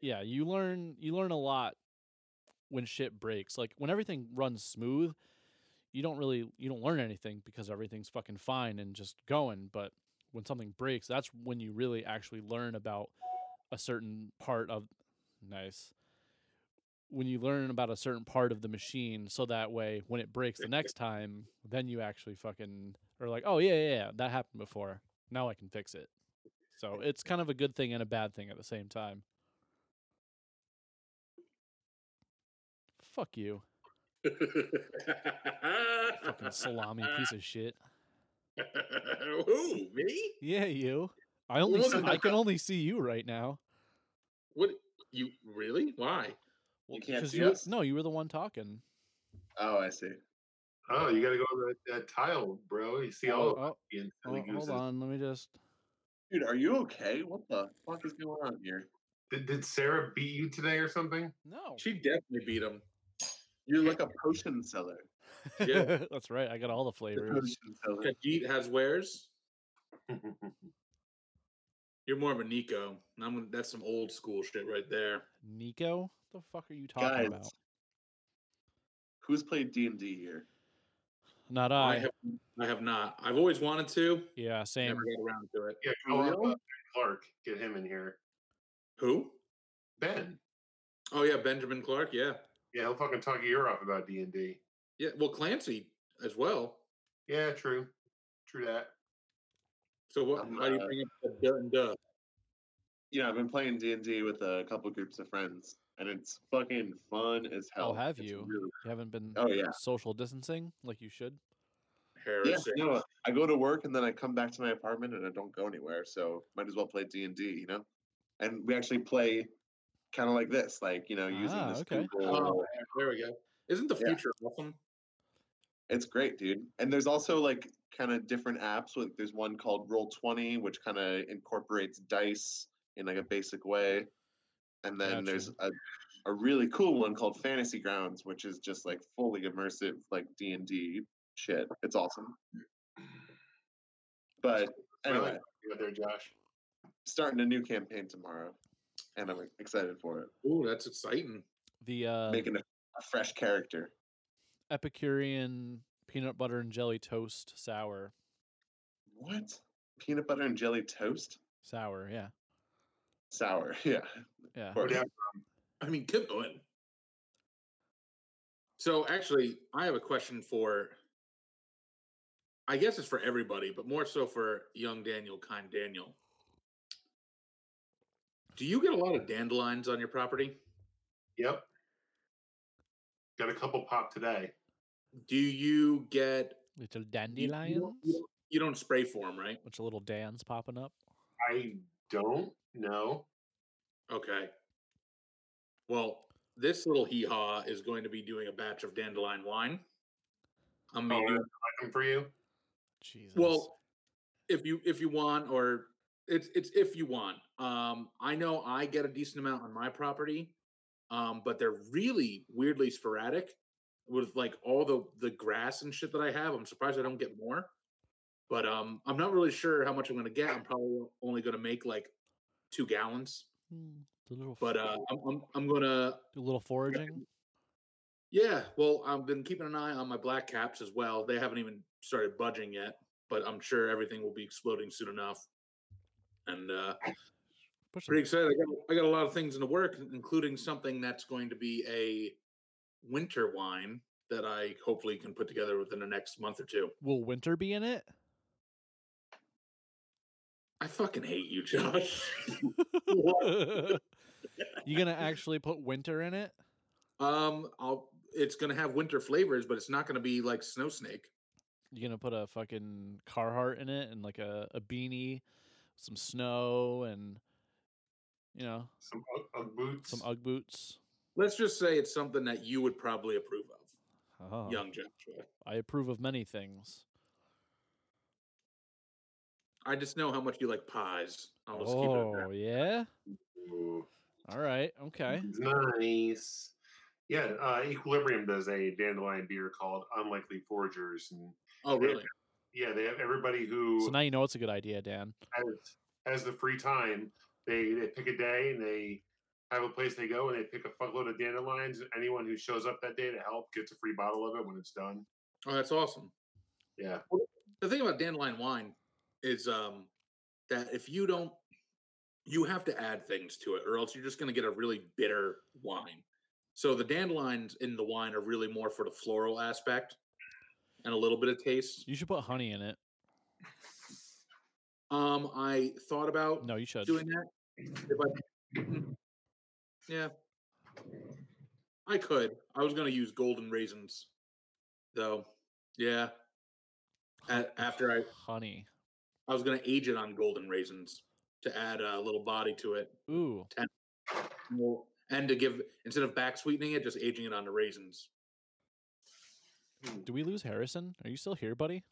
Speaker 5: yeah, you learn you learn a lot when shit breaks. Like when everything runs smooth, you don't really you don't learn anything because everything's fucking fine and just going, but when something breaks, that's when you really actually learn about a certain part of nice when you learn about a certain part of the machine so that way when it breaks the next time then you actually fucking are like oh yeah yeah, yeah that happened before now i can fix it so it's kind of a good thing and a bad thing at the same time fuck you fucking salami piece of shit
Speaker 4: Who me?
Speaker 5: yeah you i only see, i can only see you right now
Speaker 4: What you really? Why?
Speaker 2: You can't
Speaker 5: 'cause
Speaker 2: see
Speaker 5: were-
Speaker 2: us?
Speaker 5: no you were the one talking
Speaker 2: Oh, I see.
Speaker 3: Oh, you got to go to that, that tile, bro. You see all
Speaker 5: oh,
Speaker 3: of
Speaker 5: oh,
Speaker 3: me and
Speaker 5: oh,
Speaker 3: silly
Speaker 5: hold
Speaker 3: gooses.
Speaker 5: on let me just
Speaker 2: Dude, are you okay? What the fuck is going on here?
Speaker 3: Did, did Sarah beat you today or something?
Speaker 5: no
Speaker 4: She definitely beat him.
Speaker 2: You're like a potion seller.
Speaker 4: Yeah.
Speaker 5: that's right i got all the
Speaker 2: The
Speaker 5: flavors
Speaker 2: potion seller.
Speaker 4: Khajiit has wares. You're more of a Nico. and I'm gonna- that's some old school shit right there.
Speaker 5: Nico? The fuck are you talking
Speaker 2: Guys,
Speaker 5: about?
Speaker 2: who's played D and D here?
Speaker 5: Not
Speaker 4: I
Speaker 5: I.
Speaker 4: have I have not. I've always wanted to.
Speaker 5: yeah, same.
Speaker 4: Never got around to it.
Speaker 3: yeah, call up
Speaker 2: Really?
Speaker 3: uh, Clark. Get him in here.
Speaker 4: Who?
Speaker 3: Ben.
Speaker 4: Oh yeah, Benjamin Clark. Yeah,
Speaker 3: Yeah, he'll fucking talk your ear off about D and D.
Speaker 4: yeah. Well, Clancy as well.
Speaker 3: Yeah, true, true that.
Speaker 4: So what?
Speaker 2: I'm,
Speaker 4: Why do you
Speaker 2: uh,
Speaker 4: bring up the duh and duh?
Speaker 2: You know, I've been playing D and D with a couple groups of friends, and it's fucking fun as hell.
Speaker 5: Oh, have
Speaker 2: It's
Speaker 5: you?
Speaker 2: really-
Speaker 5: You haven't been
Speaker 2: oh yeah.
Speaker 5: social distancing like you should.
Speaker 2: Yeah,
Speaker 4: Harrison?
Speaker 2: no, I go to work and then I come back to my apartment and I don't go anywhere. So might as well play D and D, you know. And we actually play kind of like this, like you know, using
Speaker 5: Ah,
Speaker 2: this
Speaker 5: okay.
Speaker 2: Google.
Speaker 4: Oh, yeah, there we go. Isn't the
Speaker 2: Yeah.
Speaker 4: future awesome?
Speaker 2: It's great, dude. And there's also like kind of different apps. Like there's one called Roll Twenty, which kind of incorporates dice in like a basic way. And then there's a, a really cool one called Fantasy Grounds, which is just like fully immersive, like D and D shit. It's awesome. But
Speaker 3: Well,
Speaker 2: anyway,
Speaker 3: you got there, Josh.
Speaker 2: starting a new campaign tomorrow, and I'm like, excited for it.
Speaker 4: Ooh, that's exciting.
Speaker 5: The uh,
Speaker 2: Making a, a fresh character.
Speaker 5: Epicurean peanut butter and jelly toast sour.
Speaker 2: What? Peanut butter and jelly toast?
Speaker 5: Sour, yeah,
Speaker 2: Sour. Yeah. of
Speaker 5: yeah.
Speaker 2: course.
Speaker 3: Yeah.
Speaker 4: I mean, keep going. So actually, I have a question for. I guess it's for everybody, but more so for young Daniel, kind Daniel. Do you get a lot of dandelions on your property?
Speaker 3: Yep. Got a couple pop today.
Speaker 4: Do you get
Speaker 5: Little
Speaker 4: you- you don't- you
Speaker 5: dandelions,
Speaker 4: don't- You don't spray for them, right?
Speaker 5: which little Dan's popping up.
Speaker 3: I don't know.
Speaker 4: Okay. Well, this little hee haw is going to be doing a batch of dandelion wine. I'm
Speaker 3: Oh,
Speaker 4: gonna
Speaker 3: I
Speaker 4: do-
Speaker 3: like them for you.
Speaker 5: Jesus.
Speaker 4: well, if you if you want, or it's it's if you want. Um, I know I get a decent amount on my property, um, but they're really weirdly sporadic with like all the the grass and shit that I have. I'm surprised I don't get more. But um, I'm not really sure how much I'm gonna get. I'm probably only gonna make like two gallons.
Speaker 5: Mm, the little,
Speaker 4: But uh, I'm, I'm I'm gonna
Speaker 5: the little foraging.
Speaker 4: Yeah, well, I've been keeping an eye on my black caps as well. They haven't even started budging yet, but I'm sure everything will be exploding soon enough. And uh,
Speaker 5: Push
Speaker 4: pretty
Speaker 5: them.
Speaker 4: excited. I got, I got a lot of things in the work, in- including something that's going to be a winter wine that I hopefully can put together within the next month or two.
Speaker 5: Will winter be in it?
Speaker 4: I fucking hate you, Josh. What?
Speaker 5: you gonna actually put winter in it?
Speaker 4: um, I'll. It's gonna have winter flavors, but it's not gonna be like snow snake.
Speaker 5: You gonna put a fucking Carhartt in it and like a, a beanie, some snow, and you know
Speaker 3: Some Ugg Ugg boots.
Speaker 5: some UGG boots.
Speaker 4: Let's just say it's something that you would probably approve of,
Speaker 5: Oh,
Speaker 4: young Joshua.
Speaker 5: I approve of many things.
Speaker 4: I just know how much you like pies. I'll just keep it at
Speaker 5: oh
Speaker 4: that.
Speaker 5: yeah.
Speaker 3: Ooh,
Speaker 5: All right. Okay.
Speaker 3: it's nice. Yeah, uh, Equilibrium does a dandelion beer called Unlikely Foragers, and
Speaker 4: Oh,
Speaker 3: Yeah,
Speaker 4: really?
Speaker 3: yeah, they have everybody who
Speaker 5: So now you know it's a good idea, Dan.
Speaker 3: has, has the free time. They they pick a day and they have a place they go and they pick a fuckload of dandelions. and Anyone who shows up that day to help gets a free bottle of it when it's done.
Speaker 4: Oh, that's awesome.
Speaker 3: Yeah,
Speaker 4: The thing about dandelion wine is um, that if you don't, you have to add things to it, or else you're just going to get a really bitter wine. So the dandelions in the wine are really more for the floral aspect and a little bit of taste.
Speaker 5: You should put honey in it.
Speaker 4: Um, I thought about
Speaker 5: No, you should.
Speaker 4: doing that. If I,
Speaker 5: Mm-hmm.
Speaker 4: Mm. yeah, I could. I was going to use golden raisins, though. Yeah,
Speaker 5: Hon-
Speaker 4: a- after I-
Speaker 5: honey.
Speaker 4: I was going to age it on golden raisins to add a little body to it,
Speaker 5: Ooh.
Speaker 4: Well, and to give instead of back sweetening it, just aging it on the raisins.
Speaker 5: Do we lose Harrison? Are you still here, buddy?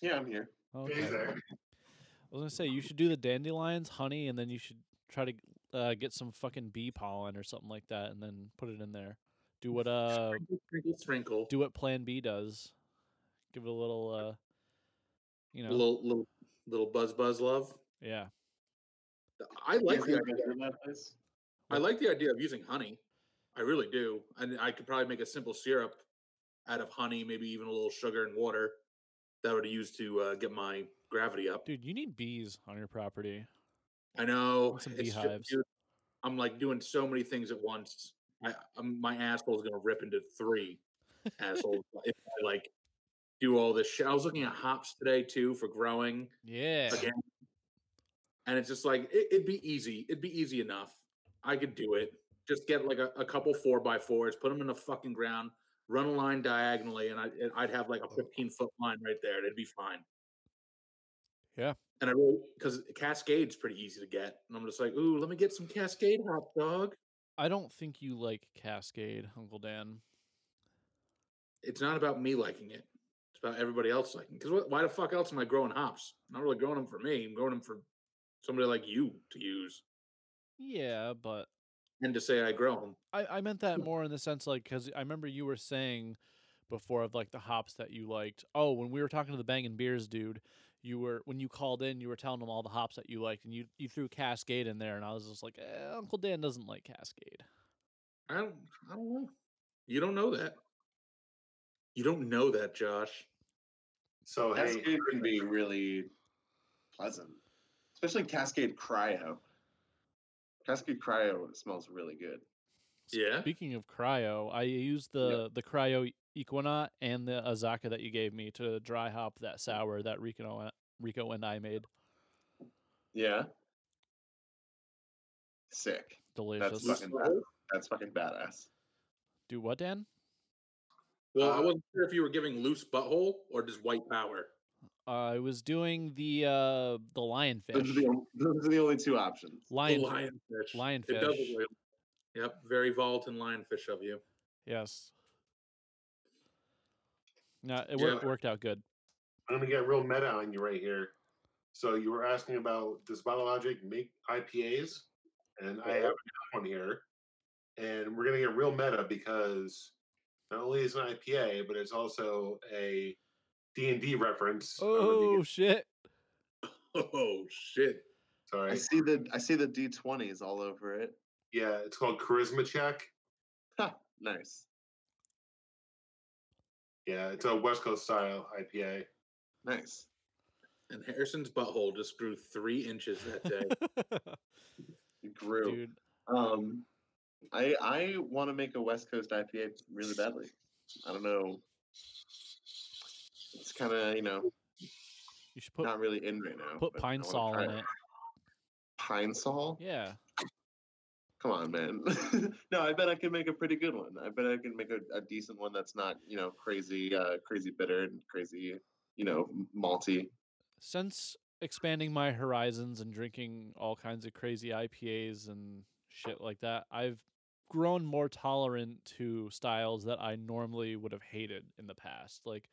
Speaker 2: Yeah, I'm here.
Speaker 5: Oh,
Speaker 3: Yeah,
Speaker 5: Okay.
Speaker 3: he's
Speaker 5: I
Speaker 3: there.
Speaker 5: was gonna say you should do the dandelions, honey, and then you should try to uh, get some fucking bee pollen or something like that, and then put it in there. Do what uh,
Speaker 4: sprinkle, sprinkle, sprinkle.
Speaker 5: do what Plan B does. Give it a little uh, you know,
Speaker 4: little, little, little buzz, buzz, love.
Speaker 5: yeah.
Speaker 4: I like the
Speaker 2: Easier
Speaker 4: idea.
Speaker 2: than that place.
Speaker 4: I like the idea of using honey. I really do, and I could probably make a simple syrup out of honey, maybe even a little sugar and water that I would use to uh, get my gravity up.
Speaker 5: Dude, you need bees on your property.
Speaker 4: I know
Speaker 5: And some
Speaker 4: it's just-
Speaker 5: beehives.
Speaker 4: dude, I'm like doing so many things at once. I, I'm, my asshole's gonna rip into three assholes if I like do all this shit. I was looking at hops today too for growing,
Speaker 5: Yeah.
Speaker 4: Again. and it's just like it, it'd be easy. It'd be easy enough. I could do it. Just get like a, a couple four by fours, put them in the fucking ground, run a line diagonally, and I and I'd have like a 15 foot line right there, and it'd be fine.
Speaker 5: Yeah.
Speaker 4: And I really because Cascade's pretty easy to get, and I'm just like, ooh, let me get some Cascade hot dog.
Speaker 5: I don't think you like Cascade, Uncle Dan.
Speaker 4: it's not about me liking it. It's about everybody else liking. Because why the fuck else am I growing hops? I'm not really growing them for me. I'm growing them for somebody like you to use
Speaker 5: Yeah, but
Speaker 4: and to say I grow them.
Speaker 5: I, I meant that more in the sense like because I remember you were saying before of like the hops that you liked. Oh, when we were talking to the Bang and Beers dude, you were when you called in, you were telling him all the hops that you liked, and you you threw Cascade in there, and I was just like, eh, Uncle Dan doesn't like Cascade.
Speaker 4: I don't. I don't know. You don't know that. You don't know that, Josh.
Speaker 3: So hey,
Speaker 2: Cascade can be really pleasant, especially Cascade Cryo. Cascade Cryo smells really good.
Speaker 4: Yeah.
Speaker 5: Speaking of cryo, I used the the cryo Equina and the Azaka that you gave me to dry hop that sour that Rico and- Rico and I made.
Speaker 2: Yeah. Sick.
Speaker 5: Delicious.
Speaker 2: That's fucking bad. That's fucking badass.
Speaker 5: Do what, Dan?
Speaker 4: Well, I
Speaker 3: Uh,
Speaker 4: wasn't sure if you were giving loose butthole or just white power.
Speaker 5: I was doing the uh the
Speaker 2: Those are,
Speaker 5: lionfish.
Speaker 2: the, on- those are the only two options.
Speaker 4: The
Speaker 5: Lionfish.
Speaker 4: lionfish. It
Speaker 5: lionfish.
Speaker 4: does look like- Yep. Very volatile lionfish of you.
Speaker 5: Yes. No, it
Speaker 4: Yeah.
Speaker 5: worked, worked out good.
Speaker 3: I'm gonna get real meta on you right here. So you were asking about does Biologic make IPAs, and I have another one here, and we're gonna get real meta because not only is it an IPA, but it's also a D and D reference. I'm gonna be-
Speaker 5: Oh shit!
Speaker 4: Oh shit.
Speaker 2: I
Speaker 3: sorry.
Speaker 2: see the I see the D20s all over it.
Speaker 3: Yeah, it's called Charisma Check.
Speaker 2: Ha, nice.
Speaker 3: Yeah, it's a West Coast style IPA.
Speaker 2: Nice.
Speaker 4: And Harrison's butthole just grew three inches that day.
Speaker 2: It grew.
Speaker 5: Dude,
Speaker 2: Um, I I want to make a West Coast IPA really badly. I don't know. It's kind of you know
Speaker 5: you should put
Speaker 2: not really in right now.
Speaker 5: put
Speaker 2: but I
Speaker 5: pine
Speaker 2: wanna
Speaker 5: sol
Speaker 2: try
Speaker 5: in it.
Speaker 2: Pine Sol?
Speaker 5: Yeah,
Speaker 2: Come on, man. no, I bet I can make a pretty good one. I bet I can make a, a decent one that's not you know crazy, uh, crazy bitter and crazy you know m- malty.
Speaker 5: since expanding my horizons and drinking all kinds of crazy IPAs and shit like that, I've grown more tolerant to styles that I normally would have hated in the past. Like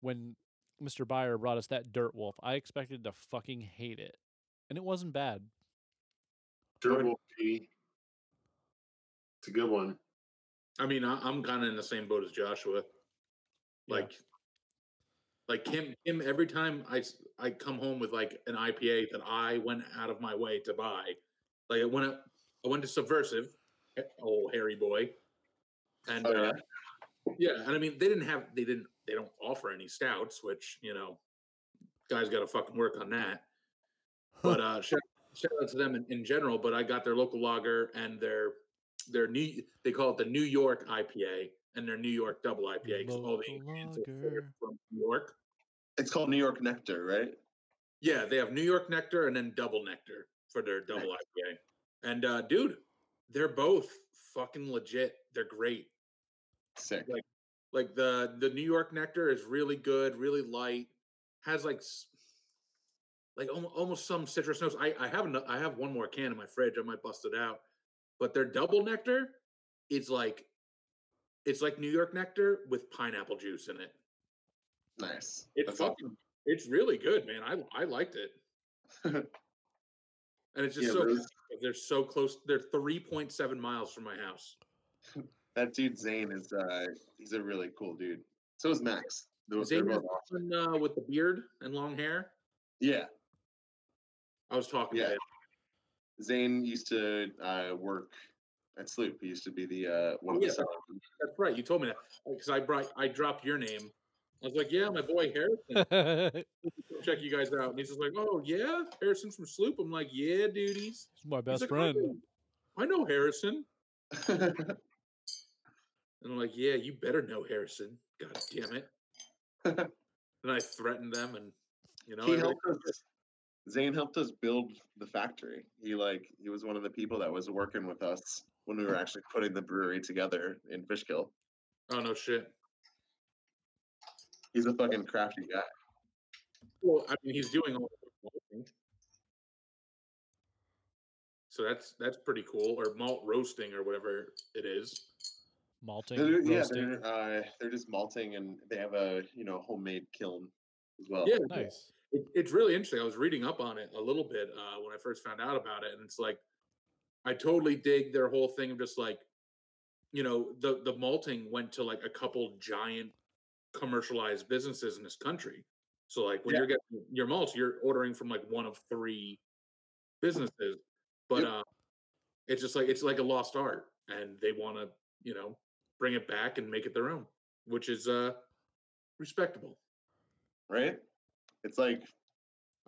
Speaker 5: when Mr. Buyer brought us that Dirt Wolf, I expected to fucking hate it, and it wasn't bad.
Speaker 3: Durable P. It's a good one.
Speaker 4: I mean, I, I'm kind of in the same boat as Joshua.
Speaker 5: Yeah.
Speaker 4: Like, like Kim, Kim. Every time I s- I come home with like an IPA that I went out of my way to buy, like I went up- I went to Subversive, eh, oh hairy boy, and
Speaker 2: Oh,
Speaker 4: uh, yeah, and I mean they didn't have they didn't they don't offer any stouts, which you know, guys got to fucking work on that. But uh, shout, shout out to them in, in general. But I got their local lager and their their new they call it the New York IPA and their New York Double IPA because all the
Speaker 5: Local
Speaker 4: ingredients are
Speaker 5: lager.
Speaker 4: from New York.
Speaker 2: It's called New York Nectar, right?
Speaker 4: Yeah, they have New York Nectar and then Double Nectar for their Double IPA. And uh, dude, they're both fucking legit. They're great.
Speaker 2: Sick.
Speaker 4: Like- like the the New York nectar is really good, really light. Has like s- like almo- almost some citrus notes. I I have ano- I have one more can in my fridge. I might bust it out. But their double nectar is like it's like New York nectar with pineapple juice in it.
Speaker 2: Nice.
Speaker 4: It's
Speaker 2: That's
Speaker 4: fucking it's really good, man. I I liked it. and it's just
Speaker 2: Yeah,
Speaker 4: so
Speaker 2: those-
Speaker 4: they're so close. They're 3.7 miles from my house.
Speaker 2: That dude Zane is uh he's a really cool dude. So is Max. Oh, They're,
Speaker 4: Zane
Speaker 2: they're
Speaker 4: is
Speaker 2: both awesome.
Speaker 4: And, uh, with the beard and long hair.
Speaker 2: Yeah.
Speaker 4: I was talking
Speaker 2: Yeah.
Speaker 4: to him.
Speaker 2: Zane used to uh work at Sloop. He used to be the uh one of
Speaker 4: Oh, Yeah.
Speaker 2: the sellers.
Speaker 4: That's right. You told me that because I brought I dropped your name. I was like, yeah, my boy Harrison.
Speaker 5: He's
Speaker 4: check you guys out. And he's just like, oh yeah, Harrison from Sloop. I'm like, yeah, dudes.
Speaker 5: my best
Speaker 4: like, "Oh,
Speaker 5: friend.
Speaker 4: yeah." I know Harrison. And I'm like, yeah, you better know Harrison. God damn it. and I threatened them and, you know,
Speaker 2: he
Speaker 4: everything-
Speaker 2: helped us. Zane helped us build the factory. He like he was one of the people that was working with us when we were actually putting the brewery together in Fishkill.
Speaker 4: oh, no shit.
Speaker 2: He's a fucking crafty guy.
Speaker 4: Well, I mean, he's doing all the malting. So that's that's pretty cool, or malt roasting, or whatever it is.
Speaker 5: malting,
Speaker 2: They're, yeah,
Speaker 5: roasting.
Speaker 2: they're, uh, they're just malting and they have a you know homemade kiln as well.
Speaker 4: yeah,
Speaker 5: nice.
Speaker 4: it, it's really interesting. I was reading up on it a little bit uh, when I first found out about it, and it's like I totally dig their whole thing of just like you know the the malting went to like a couple giant commercialized businesses in this country. So like when you're getting your malts, you're ordering from like one of three businesses, but
Speaker 2: Yep.
Speaker 4: uh, it's just like it's like a lost art, and they want to you know bring it back and make it their own, which is uh respectable.
Speaker 2: Right? It's like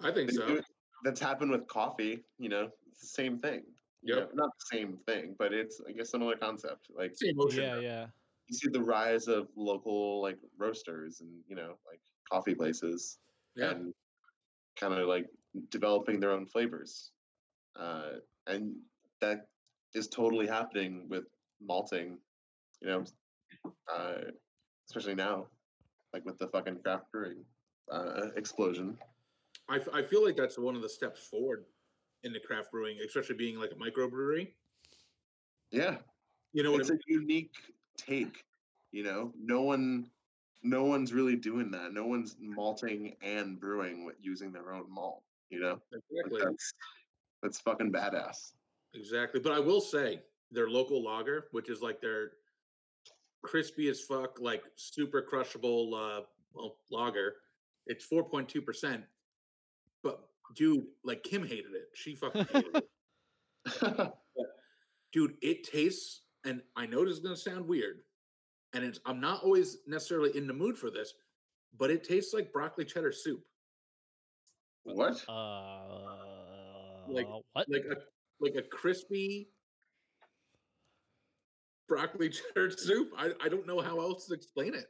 Speaker 4: I think
Speaker 2: they
Speaker 4: so.
Speaker 2: do it- that's happened with coffee, you know, it's the same thing. you know,
Speaker 4: Yep.
Speaker 2: Not the same thing, but it's I guess similar concept. Like
Speaker 4: It's the emotion.
Speaker 5: Yeah, yeah.
Speaker 2: you see the rise of local like roasters and you know, like coffee places
Speaker 4: Yeah.
Speaker 2: and kind of like developing their own flavors. Uh, and that is totally happening with malting, you know, uh, especially now, like with the fucking craft brewing uh, explosion.
Speaker 4: I, f- I feel like that's one of the steps forward in the craft brewing, especially being like a microbrewery.
Speaker 2: Yeah,
Speaker 4: You know what I
Speaker 2: it's a unique take. You know, no one, no one's really doing that. No one's malting and brewing with using their own malt. You know,
Speaker 4: mean?
Speaker 2: Like,
Speaker 4: Exactly.
Speaker 2: that's that's fucking badass.
Speaker 4: Exactly. But I will say their local lager, which is like their crispy as fuck, like super crushable uh well, lager, it's 4.2%. But dude, like Kim hated it. She fucking hated it. dude it tastes and i know this is going to sound weird and it's i'm not always necessarily in the mood for this but it tastes like broccoli cheddar soup
Speaker 2: what?
Speaker 5: Uh,
Speaker 4: Like-
Speaker 5: what?
Speaker 4: like a like a crispy broccoli cheddar soup i, I don't know how else to explain it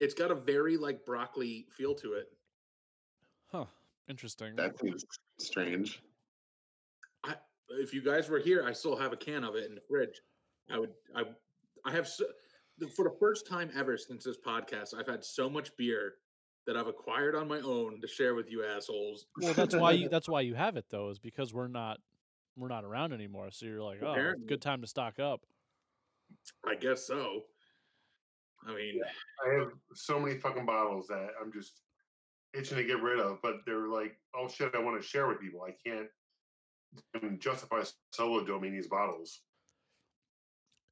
Speaker 4: it's got a very like broccoli feel to it
Speaker 5: huh? Interesting.
Speaker 2: That seems strange.
Speaker 4: if you guys were here, I still have a can of it in the fridge. I would, I, I have, so, the- for the first time ever since this podcast, I've had so much beer that I've acquired on my own to share with you assholes.
Speaker 5: well, that's why you. That's why you have it though, is because we're not we're not around anymore. So you're like, oh, it's a
Speaker 4: Apparently.
Speaker 5: good time to stock up.
Speaker 4: I guess so. I mean,
Speaker 3: I have so many fucking bottles that I'm just itching to get rid of, but they're like all shit I want to share with people. I can't even justify solo doming these bottles.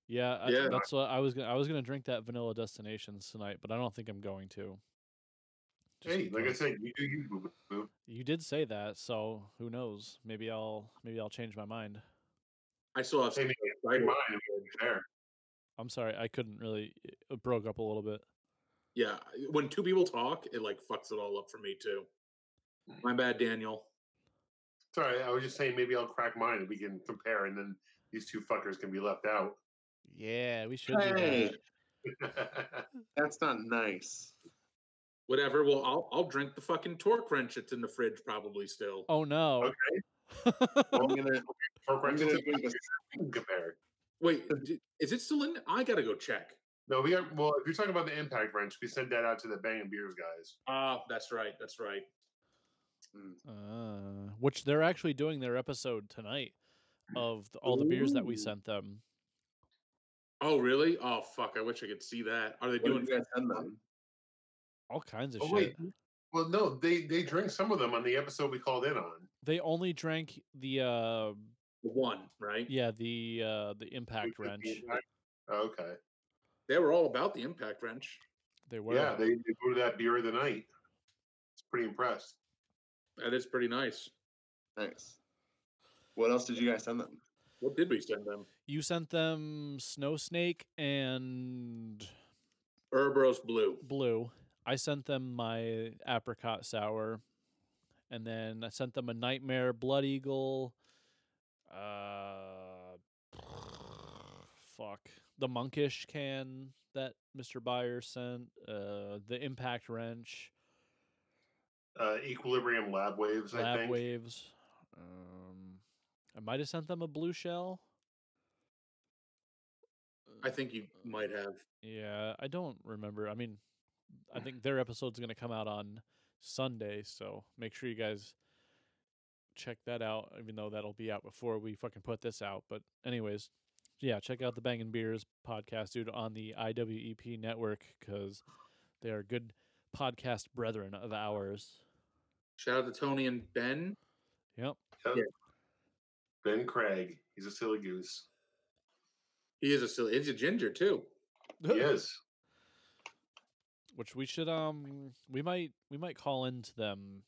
Speaker 5: Yeah, I,
Speaker 4: Yeah.
Speaker 5: that's what I was. Gonna, I was gonna drink that vanilla destinations tonight, but I don't think I'm going to. Just
Speaker 3: Hey, like I
Speaker 5: because-
Speaker 3: said, you do you. boo boo.
Speaker 5: you did say that, so who knows? Maybe I'll maybe I'll change my mind.
Speaker 4: I still have
Speaker 3: Hey,
Speaker 4: some
Speaker 3: man,
Speaker 4: cider.
Speaker 3: Like mine, I mean, there.
Speaker 5: I'm sorry, I couldn't really. It broke up a little bit.
Speaker 4: Yeah, when two people talk, it like fucks it all up for me too. My bad, Daniel.
Speaker 3: Sorry, I was just saying maybe I'll crack mine and we can compare, and then these two fuckers can be left out.
Speaker 5: Yeah, we should.
Speaker 2: Hey,
Speaker 5: Do
Speaker 2: that's not nice.
Speaker 4: Whatever. Well, I'll I'll drink the fucking torque wrench that's in the fridge probably still.
Speaker 5: Oh no.
Speaker 2: I'm gonna,
Speaker 3: Pork
Speaker 2: I'm
Speaker 3: rinds
Speaker 2: gonna
Speaker 3: and
Speaker 2: drink this.
Speaker 3: compare.
Speaker 4: Wait, d- is it still in? I gotta go check.
Speaker 3: No, we got well. If you're talking about the impact wrench, we sent that out to the Bang and Beers guys.
Speaker 4: Ah, that's right. That's right.
Speaker 5: Uh, which they're actually doing their episode tonight of the, all the beers that we
Speaker 2: Ooh.
Speaker 5: sent them.
Speaker 4: Oh, really? Oh, fuck. I wish I could see that. Are they
Speaker 2: What
Speaker 4: doing?
Speaker 2: did you guys send them?
Speaker 5: All kinds of
Speaker 3: Oh
Speaker 5: shit.
Speaker 3: wait, well no, they they drank some of them on the episode we called in on.
Speaker 5: They only drank the uh,
Speaker 4: One, right?
Speaker 5: yeah, the uh, the
Speaker 3: We
Speaker 5: impact
Speaker 3: did the
Speaker 5: wrench.
Speaker 3: impact- Oh, okay.
Speaker 4: They were all about the impact wrench.
Speaker 5: They were.
Speaker 3: Yeah, they, they go to that beer of the night. It's pretty impressed.
Speaker 4: That is pretty nice.
Speaker 2: Nice. What else did you guys send them?
Speaker 4: What did we send them?
Speaker 5: You sent them Snow Snake and
Speaker 4: Herboros Blue.
Speaker 5: Blue. I sent them my apricot sour. And then I sent them a Nightmare Blood Eagle. Uh, fuck the monkish can that Mr. Buyer sent, uh, the impact wrench,
Speaker 3: Uh, Equilibrium lab waves, I
Speaker 5: lab
Speaker 3: think.
Speaker 5: waves. Um, I might have sent them a blue shell.
Speaker 4: I think you
Speaker 5: Uh,
Speaker 4: might have.
Speaker 5: Yeah, I don't remember. I mean, I think their episode's going to come out on Sunday, so make sure you guys check that out. Even though that'll be out before we fucking put this out, but anyways, yeah, check out the Bangin' Beers podcast, dude, on the IWEP network because they are good podcast brethren of ours.
Speaker 4: Shout out to Tony and Ben.
Speaker 5: Yep.
Speaker 3: Ben Craig. He's a silly goose.
Speaker 4: He is a silly. He's a ginger too.
Speaker 3: Yes.
Speaker 5: Which we should um we might we might call into them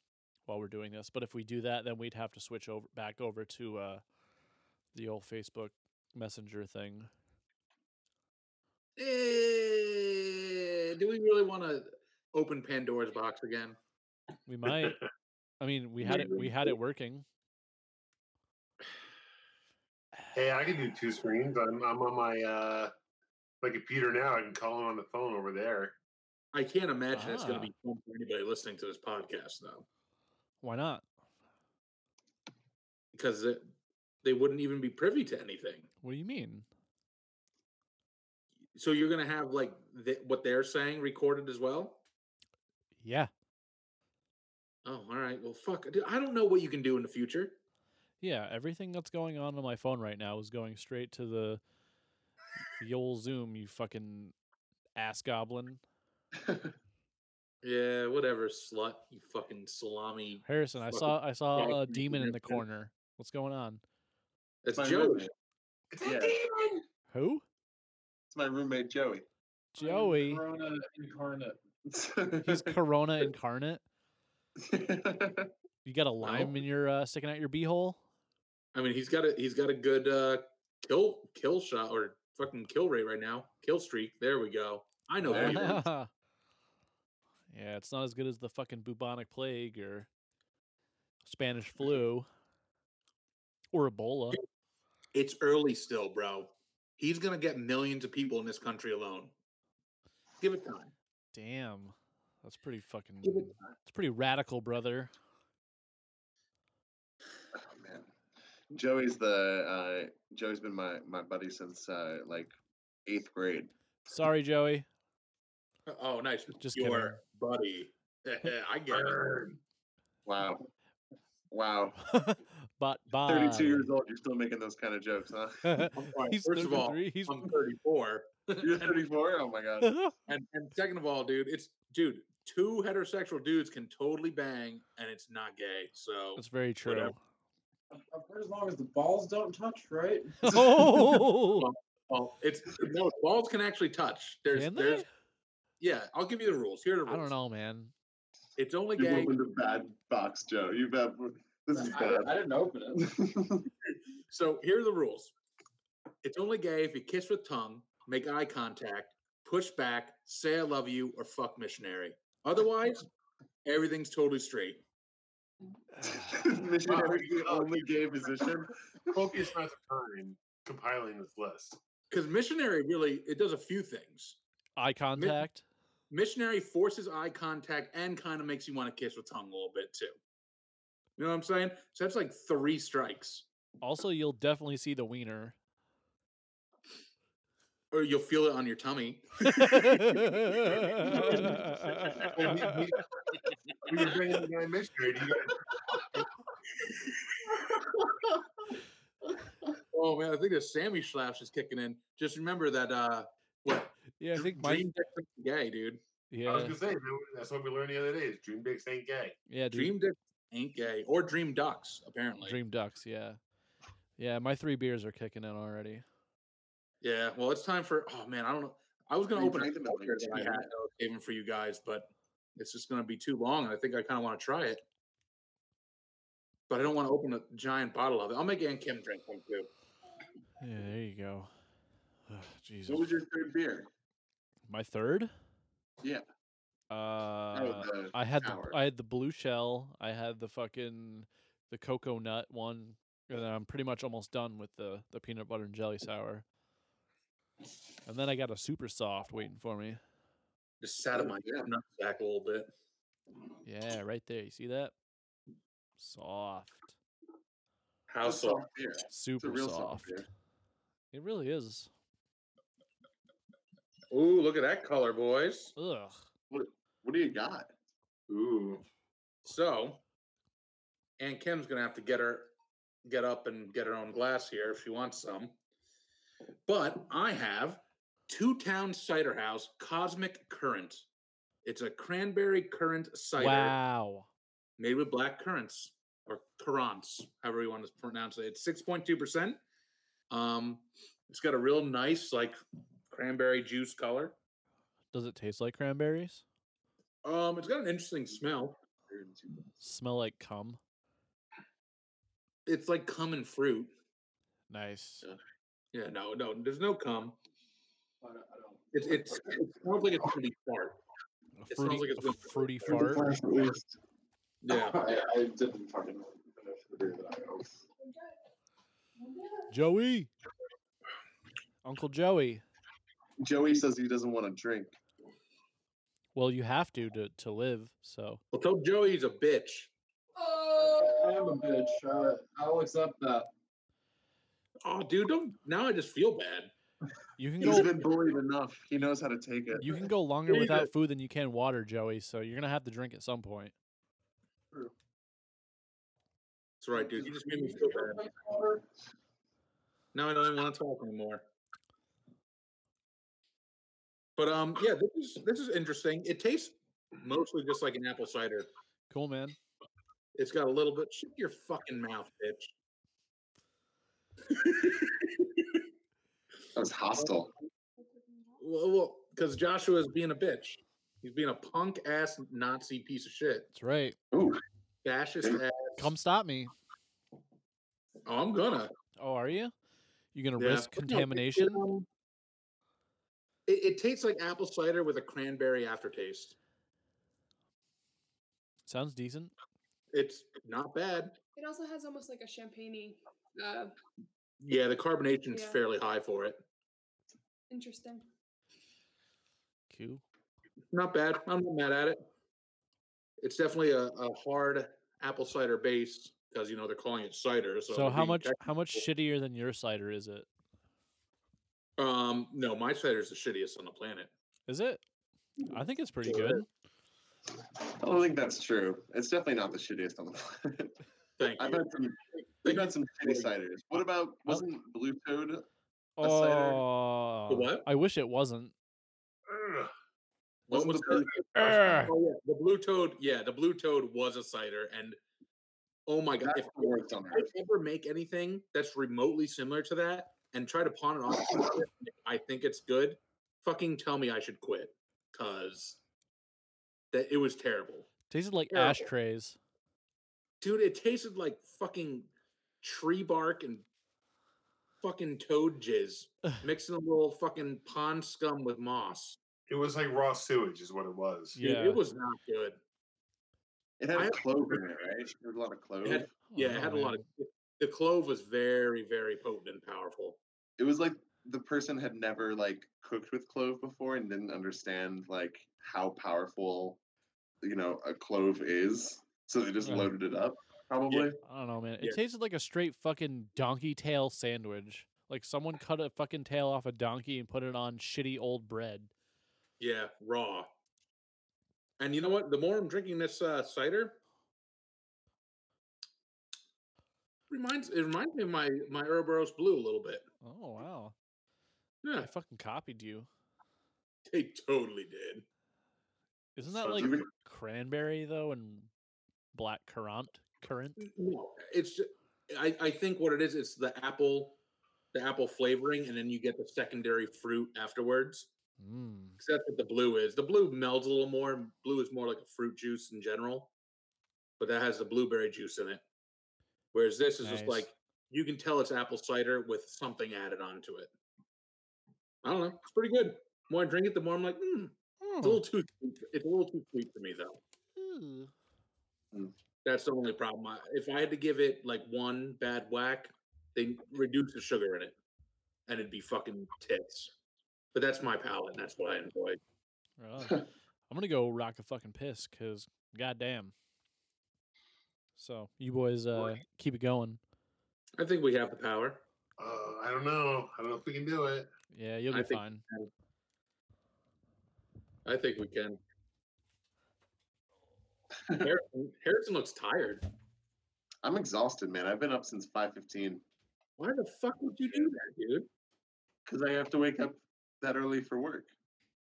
Speaker 5: while we're doing this, but if we do that, then we'd have to switch over back over to uh the old Facebook Messenger thing.
Speaker 4: Eh, do we really want to open Pandora's box again?
Speaker 5: We might. I mean, we had it. We had it working.
Speaker 3: Hey, I can do two screens. I'm, I'm on my uh, my computer now. I can call him on the phone over there.
Speaker 4: I can't imagine it's going
Speaker 5: Ah.
Speaker 4: to be fun for anybody listening to this podcast though,
Speaker 5: Why not?
Speaker 4: because it, they wouldn't even be privy to anything.
Speaker 5: What do you mean?
Speaker 4: So you're going to have like th- what they're saying recorded as well.
Speaker 5: Yeah,
Speaker 4: Oh, all right. Well, fuck. Dude, I don't know what you can do in the future.
Speaker 5: yeah. Everything that's going on on my phone right now is going straight to the the old Zoom. You fucking ass goblin,
Speaker 4: Yeah, whatever, slut. You fucking salami.
Speaker 5: Harrison. I
Speaker 4: Fucking
Speaker 5: saw. I
Speaker 4: fucking
Speaker 5: saw a
Speaker 4: creepy
Speaker 5: demon in the
Speaker 4: bastard.
Speaker 5: corner. What's going on?
Speaker 4: It's
Speaker 2: my
Speaker 4: Joey.
Speaker 2: roommate.
Speaker 3: It's
Speaker 2: Yeah.
Speaker 3: a demon.
Speaker 5: Who?
Speaker 2: It's my roommate Joey.
Speaker 5: Joey.
Speaker 7: Corona incarnate.
Speaker 5: He's Corona incarnate. You got a lime
Speaker 4: No.
Speaker 5: in your uh, sticking out your beehole.
Speaker 4: I mean, he's got a he's got a good uh, kill kill shot or fucking kill rate right now. Kill streak. There we go. I know.
Speaker 2: There
Speaker 4: what
Speaker 2: you
Speaker 4: you want.
Speaker 5: yeah, it's not as good as the fucking bubonic plague or Spanish flu or Ebola.
Speaker 4: It's early still, bro. He's gonna get millions of people in this country alone. Give it time.
Speaker 5: Damn, that's pretty fucking.
Speaker 4: Give it
Speaker 5: It's pretty radical, brother.
Speaker 2: Oh, man. Joey's the uh, Joey's been my my buddy since uh, like eighth grade.
Speaker 5: Sorry, Joey.
Speaker 4: Uh, Oh, nice.
Speaker 5: Just
Speaker 4: your buddy. I get it.
Speaker 3: Burn.
Speaker 2: Wow, wow.
Speaker 5: but bye.
Speaker 2: Thirty-two years old, you're still making those kind of jokes, huh?
Speaker 4: All right,
Speaker 5: He's
Speaker 4: First of all,
Speaker 5: 33, he's
Speaker 4: I'm 34.
Speaker 2: You're 34. Oh my god.
Speaker 4: And, and second of all, dude, it's dude. Two heterosexual dudes can totally bang, and it's not gay. So
Speaker 5: that's very true.
Speaker 4: Whatever.
Speaker 7: For as long as the balls don't touch, right?
Speaker 5: oh,
Speaker 4: well, it's no balls can actually touch. There's,
Speaker 5: can
Speaker 4: there's,
Speaker 5: they?
Speaker 4: yeah. I'll give you the rules. Here are the rules.
Speaker 5: I don't know, man.
Speaker 4: It's only
Speaker 2: You
Speaker 4: gay.
Speaker 2: opened a bad box, Joe. You have this is
Speaker 7: I,
Speaker 2: bad.
Speaker 7: I didn't open it.
Speaker 4: So here are the rules. It's only gay if you kiss with tongue, make eye contact, push back, say I love you, or fuck missionary. Otherwise, everything's totally straight.
Speaker 2: Missionary is the
Speaker 3: Oh,
Speaker 2: only gay position.
Speaker 3: Focus amount of time compiling this list.
Speaker 4: Because missionary really it does a few things.
Speaker 5: Eye contact.
Speaker 4: Missionary forces eye contact and kind of makes you want to kiss with tongue a little bit too. You know what I'm saying? So that's like three strikes.
Speaker 5: Also, you'll definitely see the wiener.
Speaker 4: Or you'll feel it on your tummy.
Speaker 3: When you- when you- when you're bringing the guy missionary, do you guys-
Speaker 4: Oh man, I think the Sammy slash is kicking in. Just remember that uh what
Speaker 5: yeah, I
Speaker 4: dr-
Speaker 5: think my
Speaker 4: dream dicks ain't gay, dude.
Speaker 3: I was
Speaker 5: yeah
Speaker 3: gonna say that- that's what we learned the other day. Is dream dicks ain't gay.
Speaker 5: yeah dude.
Speaker 4: Dream dicks ain't gay. Or dream ducks, apparently.
Speaker 5: Dream Ducks, yeah. Yeah, my three beers are kicking in already.
Speaker 4: Yeah. Well it's time for oh man, I don't know. I was gonna
Speaker 2: You
Speaker 4: open a
Speaker 2: drank them at, like,
Speaker 4: culture that I
Speaker 2: two
Speaker 4: had that I was saving for you guys, but it's just gonna be too long and I think I kinda wanna try it. But I don't want to open a giant bottle of it. I'll make Aunt Kim drink one too.
Speaker 5: Yeah, there you go. Ugh, Jesus.
Speaker 2: What was your third beer?
Speaker 5: My third?
Speaker 2: Yeah.
Speaker 5: Uh,
Speaker 2: oh, the
Speaker 5: I had the
Speaker 2: sour.
Speaker 5: I had the blue shell. I had the fucking the cocoa nut one, and I'm pretty much almost done with the the peanut butter and jelly sour. And then I got a super soft waiting for me.
Speaker 4: Just sat on
Speaker 2: Oh,
Speaker 4: my
Speaker 2: yeah.
Speaker 4: nutsack a little bit.
Speaker 5: Yeah, right there. You see that? Soft.
Speaker 4: How
Speaker 2: It's a
Speaker 4: so?
Speaker 2: soft beer.
Speaker 5: Super
Speaker 2: real soft
Speaker 5: soft.
Speaker 2: beer.
Speaker 5: It really is.
Speaker 4: Ooh, look at that color, boys.
Speaker 5: Ugh.
Speaker 2: What do you got?
Speaker 3: Ooh.
Speaker 4: So, Aunt Kim's gonna have to get her get up and get her own glass here if she wants some. But I have Two Town Cider House Cosmic Current. It's a cranberry currant cider
Speaker 5: Wow.
Speaker 4: made with black currants or currants, however you want to pronounce it. It's six point two percent. Um, it's got a real nice like cranberry juice color.
Speaker 5: Does it taste like cranberries?
Speaker 4: Um, it's got an interesting smell.
Speaker 5: Smell like cum?
Speaker 4: It's like cum and fruit.
Speaker 5: Nice.
Speaker 4: Yeah, no, no, there's no cum.
Speaker 7: I don't, I don't.
Speaker 4: It's it's it smells like it's gonna be fart.
Speaker 5: A
Speaker 4: It smells
Speaker 5: fruity,
Speaker 4: like it's
Speaker 5: a
Speaker 4: been-
Speaker 5: fruity
Speaker 4: There's
Speaker 5: fart.
Speaker 4: Yeah.
Speaker 7: I, I didn't fucking know the beer that I own.
Speaker 5: Joey. Uncle Joey.
Speaker 2: Joey says he doesn't want to drink.
Speaker 5: Well, you have to to, to live, so
Speaker 4: Well, tell Joey he's a bitch.
Speaker 6: Oh,
Speaker 7: I am a bitch. Uh, I'll accept that.
Speaker 4: Oh, dude, don't. Now I just feel bad.
Speaker 5: you can
Speaker 2: He's
Speaker 5: go
Speaker 2: been bullied enough. He knows how to take it.
Speaker 5: you can go longer
Speaker 4: Here you
Speaker 5: without food than you can water, Joey, so you're going to have to drink at some point.
Speaker 4: That's right, dude. You just made me feel bad. Now I don't even want to talk anymore. But um, yeah, this is this is interesting. It tastes mostly just like an apple cider.
Speaker 5: Cool, man.
Speaker 4: It's got a little bit. Shut your fucking mouth, bitch.
Speaker 2: That was hostile.
Speaker 4: Well, well, because Joshua is being a bitch. He's being a punk ass Nazi piece of shit,
Speaker 5: That's right.
Speaker 2: Ooh,
Speaker 4: fascist
Speaker 2: Hey.
Speaker 4: ass.
Speaker 5: Come stop me.
Speaker 4: Oh, I'm gonna.
Speaker 5: Oh, are you? You going to
Speaker 4: Yeah,
Speaker 5: risk
Speaker 4: but no, it- it,
Speaker 5: contamination?
Speaker 4: um, It, it tastes like apple cider with a cranberry aftertaste.
Speaker 5: Sounds decent.
Speaker 4: It's not bad.
Speaker 6: it also has almost like a champagne uh,
Speaker 4: Yeah, the carbonation's
Speaker 6: Yeah.
Speaker 4: fairly high for it.
Speaker 6: interesting.
Speaker 5: Cool.
Speaker 4: Not bad. I'm not mad at it. It's definitely a, a hard apple cider base because you know they're calling it cider. So,
Speaker 5: So,
Speaker 4: they're
Speaker 5: how
Speaker 4: being
Speaker 5: much
Speaker 4: tech-
Speaker 5: how much shittier than your cider is it?
Speaker 4: um, no, my cider's the shittiest on the planet.
Speaker 5: Is it? I think it's pretty
Speaker 4: Sure.
Speaker 5: good.
Speaker 2: I don't think that's true. It's definitely not the shittiest on the planet.
Speaker 4: Thank
Speaker 2: I've
Speaker 4: you.
Speaker 2: had some. We've had some shitty ciders. What about wasn't Blue Toad? A cider?
Speaker 5: Oh,
Speaker 4: what?
Speaker 5: I wish it wasn't.
Speaker 3: Ugh.
Speaker 4: What
Speaker 2: Wasn't
Speaker 4: was
Speaker 2: the
Speaker 4: that?
Speaker 2: Blue
Speaker 5: Urgh.
Speaker 4: Oh yeah, the blue toad. Yeah, the blue toad was a cider, and oh my god, if
Speaker 2: That's the worst on
Speaker 4: I
Speaker 2: earth.
Speaker 4: ever make anything that's remotely similar to that and try to pawn it off, as something that I think it's good. Fucking tell me I should quit, cause that it was terrible,
Speaker 5: Tasted like
Speaker 4: Terrible.
Speaker 5: ashtrays.
Speaker 4: dude. It tasted like fucking tree bark and fucking toad jizz, mixing a little fucking pond scum with moss.
Speaker 3: It was like raw sewage, is what it was.
Speaker 4: Dude,
Speaker 5: Yeah. Oh,
Speaker 4: it was not good.
Speaker 2: It
Speaker 4: I-
Speaker 2: had clove in it, right? There was a lot of clove.
Speaker 4: had-
Speaker 5: I
Speaker 4: Yeah,
Speaker 5: don't
Speaker 4: it
Speaker 5: know,
Speaker 4: had a lot of.
Speaker 5: Oh, man.
Speaker 4: The clove was very, very potent and powerful.
Speaker 2: It was like the person had never like cooked with clove before and didn't understand like how powerful, you know, a clove is. So they just
Speaker 5: Right.
Speaker 2: loaded it up. Probably.
Speaker 5: I don't know, man. It
Speaker 4: Yeah.
Speaker 5: tasted like a straight fucking donkey tail sandwich. Like someone cut a fucking tail off a donkey and put it on shitty old bread.
Speaker 4: Yeah, raw. And you know what? The more I'm drinking this uh, cider, reminds it reminds me of my my Ouroboros Blue a little bit.
Speaker 5: Oh wow,
Speaker 4: Yeah,
Speaker 5: I fucking copied you.
Speaker 4: they totally did.
Speaker 5: Isn't that
Speaker 2: So
Speaker 5: like
Speaker 2: it's even-
Speaker 5: cranberry though and black currant? Currant?
Speaker 4: N- No, it's just, I I think what it is it's the apple, the apple flavoring, and then you get the secondary fruit afterwards.
Speaker 5: Mm.
Speaker 4: 'Cause That's what the blue is. The blue melds a little more. and Blue is more like a fruit juice in general, but that has the blueberry juice in it. Whereas this is just
Speaker 5: Nice.
Speaker 4: like you can tell it's apple cider with something added onto it. I don't know. It's pretty good. The more I drink it, the more I'm like, mm,
Speaker 5: Hmm.
Speaker 4: it's a little too. sweet for- It's a little too sweet for me though.
Speaker 5: Ooh.
Speaker 4: That's the only problem. I, if I had to give it like one bad whack, they reduce the sugar in it, and it'd be fucking tits. But that's my palate. and That's what I enjoy.
Speaker 5: Right on. I'm gonna go rock a fucking piss because goddamn. So you boys uh, keep it going.
Speaker 4: I think we have the power.
Speaker 3: Uh, I don't know. I don't know if we can do it.
Speaker 5: Yeah, you'll be
Speaker 4: I think-
Speaker 5: fine.
Speaker 4: I think we can. Harrison, Harrison looks tired.
Speaker 2: I'm exhausted, man. I've been up since 5:15
Speaker 4: Why the fuck would you do that, dude?
Speaker 2: because I have to wake up that early for work.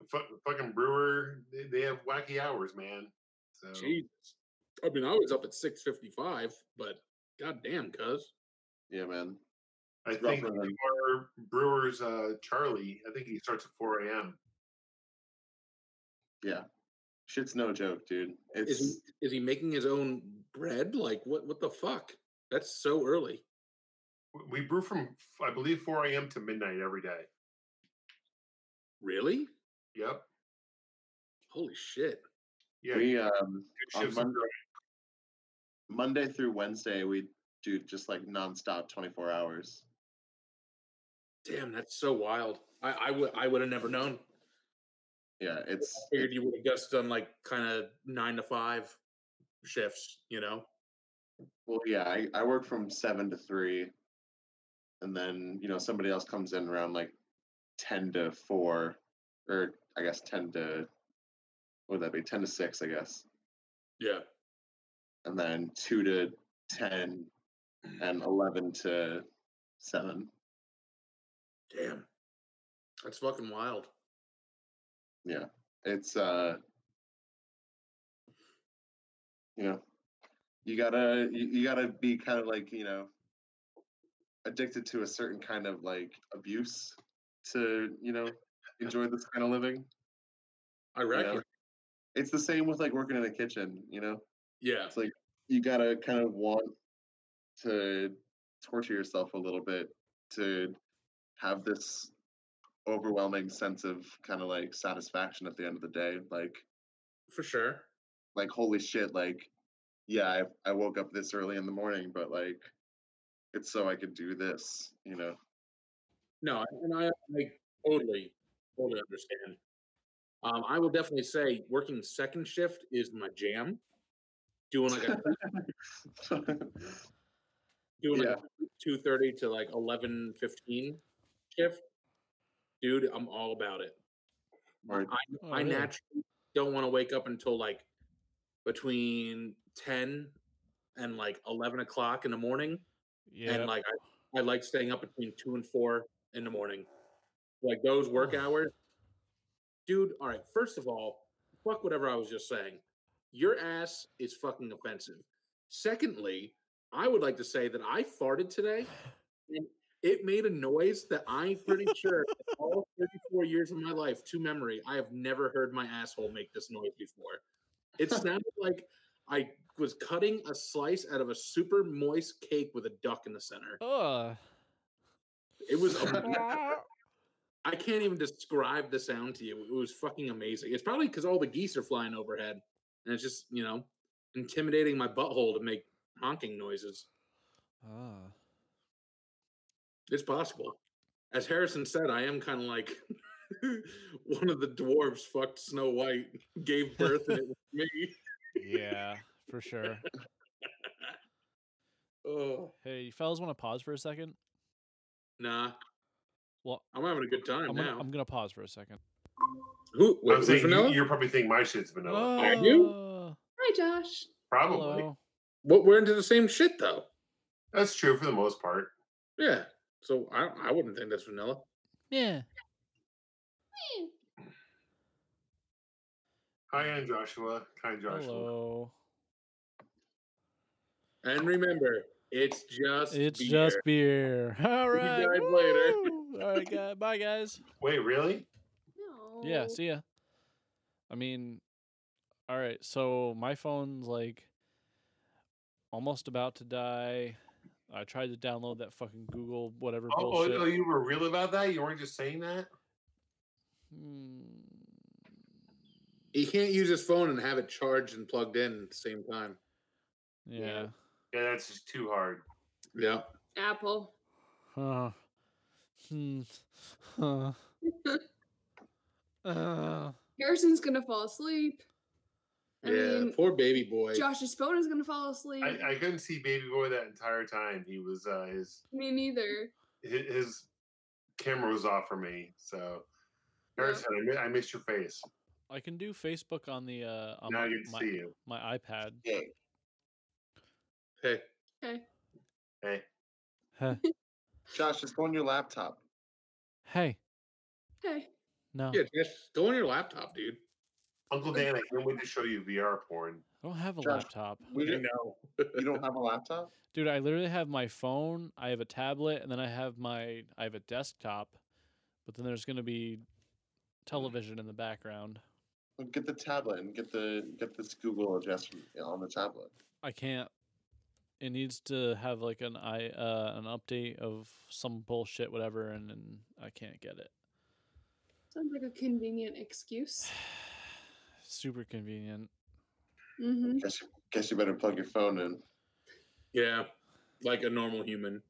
Speaker 3: The fuck- the fucking brewer, they, they have wacky hours, man. So
Speaker 4: Jesus. I mean, I was up at six fifty-five, but goddamn, cuz
Speaker 2: Yeah, man.
Speaker 3: I
Speaker 2: Rough
Speaker 3: think
Speaker 2: run.
Speaker 3: our brewer's uh, Charlie. I think he starts at 4 a.m.
Speaker 2: Shit's no joke, dude. It's
Speaker 4: is he, is he making his own bread? Like, what? What the fuck? That's so early.
Speaker 3: W- We brew from, f- I believe, 4 a.m. to midnight every day.
Speaker 4: Really?
Speaker 3: Yep.
Speaker 4: Holy shit!
Speaker 3: Yeah.
Speaker 2: we um
Speaker 3: two
Speaker 2: on
Speaker 3: shifts in-
Speaker 2: Monday, Monday through Wednesday we do just like nonstop 24 hours.
Speaker 4: Damn, that's so wild. I, I would I would have never known.
Speaker 2: Yeah,
Speaker 4: I
Speaker 2: it's
Speaker 4: figured you would have just done like kind of nine to five shifts. You know?
Speaker 2: Well, yeah, I, I work from seven to three, and then you know somebody else comes in around like ten to four, or I guess ten to what would that be? Ten to six, I guess,
Speaker 4: Yeah.
Speaker 2: and then two to ten, and eleven to seven.
Speaker 4: Damn. That's fucking wild.
Speaker 2: Yeah, it's uh, you know, you gotta you, you gotta be kind of like you know addicted to a certain kind of like abuse to you know enjoy this kind of living.
Speaker 4: I
Speaker 2: you know?
Speaker 4: reckon.
Speaker 2: It's the same with like working in the kitchen. You know,
Speaker 4: Yeah.
Speaker 2: it's like you gotta kind of want to torture yourself a little bit to have this overwhelming sense of kind of like satisfaction at the end of the day like
Speaker 4: for sure.
Speaker 2: like holy shit like yeah I, I woke up this early in the morning but like it's so i could do this you know
Speaker 4: No, and I, I totally, totally understand. Um, I will definitely say working second shift is my jam. Doing like a doing like two thirty to like eleven fifteen shift, dude, I'm all about it.
Speaker 2: Right.
Speaker 4: I,
Speaker 5: Oh,
Speaker 4: I
Speaker 5: really?
Speaker 4: naturally don't want to wake up until like between ten and like eleven o'clock in the morning,
Speaker 5: Yeah.
Speaker 4: and like I, I like staying up between two and four in the morning, like those work hours, dude. All right, first of all, fuck whatever I was just saying. Your ass is fucking offensive. Secondly, I would like to say that I farted today and it made a noise that I'm pretty sure in all 34 years of my life to memory, I have never heard my asshole make this noise before. It sounded like I was cutting a slice out of a super moist cake with a duck in the center.
Speaker 5: Oh. Ugh.
Speaker 4: It was am- I can't even describe the sound to you. It was fucking amazing. It's probably because all the geese are flying overhead, and it's just you know intimidating my butthole to make honking noises.
Speaker 5: Ah.
Speaker 4: It's possible. As Harrison said, I am kind of like one of the dwarves fucked Snow White, gave birth, and it was me.
Speaker 5: yeah, for sure.
Speaker 4: Oh,
Speaker 5: Hey, you fellas, want to pause for a second?
Speaker 4: nah.
Speaker 5: Well,
Speaker 4: I'm having a good time
Speaker 5: I'm gonna,
Speaker 4: now.
Speaker 5: I'm gonna pause for a second.
Speaker 4: Who?
Speaker 3: I'm
Speaker 4: wait,
Speaker 3: saying, you,
Speaker 4: Vanilla?
Speaker 3: you're probably thinking my shit's vanilla.
Speaker 4: are you?
Speaker 5: Oh,
Speaker 6: Hi, Josh.
Speaker 3: probably.
Speaker 5: hello.
Speaker 4: Well, we're into the same shit though.
Speaker 3: That's true for the most part.
Speaker 4: Yeah. So I, I wouldn't think that's vanilla.
Speaker 5: Yeah.
Speaker 3: Hi, I'm Joshua. Kind Joshua.
Speaker 5: Hello.
Speaker 4: And remember, it's just
Speaker 5: It's
Speaker 4: beer.
Speaker 5: just beer. All
Speaker 4: You
Speaker 5: right.
Speaker 4: guys later.
Speaker 5: woo! All right, guys. Bye, guys.
Speaker 3: Wait, really?
Speaker 6: No.
Speaker 5: Yeah, see ya. I mean, all right. So my phone's like almost about to die. I tried to download that fucking Google whatever
Speaker 3: Oh, oh,
Speaker 5: bullshit.
Speaker 3: no, you were real about that? You weren't just saying that?
Speaker 5: Mm,
Speaker 4: He can't use his phone and have it charged and plugged in at the same time.
Speaker 5: yeah.
Speaker 3: Yeah, that's just too hard.
Speaker 4: Yeah.
Speaker 6: Apple.
Speaker 5: Huh. Hmm. Huh. Uh,
Speaker 6: Harrison's gonna fall asleep. I
Speaker 4: yeah,
Speaker 6: mean,
Speaker 4: poor baby boy.
Speaker 6: Josh's phone is gonna fall asleep.
Speaker 3: I, I couldn't see Baby Boy that entire time. He was uh, his
Speaker 6: Me neither.
Speaker 3: hi- his camera was off for me. So Harrison, I, mi- I missed your face.
Speaker 5: I can do Facebook on the uh on
Speaker 3: now
Speaker 5: my,
Speaker 3: I can
Speaker 5: my,
Speaker 3: see you.
Speaker 5: my iPad.
Speaker 4: hey,
Speaker 6: Okay.
Speaker 3: Hey,
Speaker 5: Huh.
Speaker 2: Josh, just go on your laptop.
Speaker 5: hey,
Speaker 6: Hey.
Speaker 5: no,
Speaker 4: yeah, Josh, go on your laptop, dude.
Speaker 3: Uncle Dan, I can't wait to show you VR porn.
Speaker 5: I don't have a
Speaker 2: Josh,
Speaker 5: laptop,
Speaker 2: We
Speaker 4: I
Speaker 2: don't-
Speaker 4: know.
Speaker 2: you don't have a laptop?
Speaker 5: dude. I literally have my phone. I have a tablet, and then I have my I have a desktop. But then there's gonna be television in the background.
Speaker 2: Well, Get the tablet and get the get this Google address from- on the tablet.
Speaker 5: I can't. It needs to have like an i uh, an update of some bullshit, whatever, and, and I can't get it.
Speaker 6: Sounds like a convenient excuse.
Speaker 5: Super convenient.
Speaker 6: Mm-hmm.
Speaker 2: Guess you, guess you better plug your phone in.
Speaker 4: yeah, like a normal human.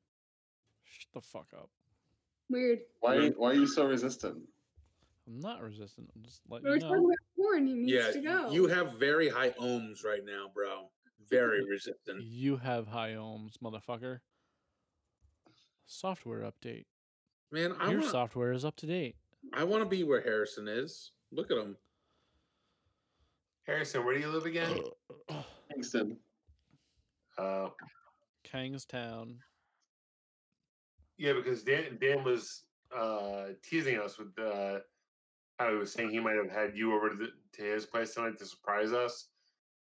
Speaker 5: Shut the fuck up.
Speaker 6: Weird.
Speaker 2: Why are you, why are you so resistant?
Speaker 5: I'm not resistant. I'm just letting
Speaker 6: We were
Speaker 5: you
Speaker 6: talking
Speaker 5: know.
Speaker 6: about porn. He needs
Speaker 4: yeah,
Speaker 6: to
Speaker 4: y-
Speaker 6: go.
Speaker 4: you have very high ohms right now, bro. Very resistant.
Speaker 5: You have high ohms, motherfucker. Software update.
Speaker 4: Man, I
Speaker 5: Your
Speaker 4: want
Speaker 5: software is up to date.
Speaker 4: I want to be where Harrison is. Look at him.
Speaker 3: Harrison, where do you live again?
Speaker 2: Kingston.
Speaker 3: Uh,
Speaker 5: Kangstown.
Speaker 3: yeah, because Dan Dan was uh, teasing us with uh, how he was saying he might have had you over to, the, to his place tonight to surprise us.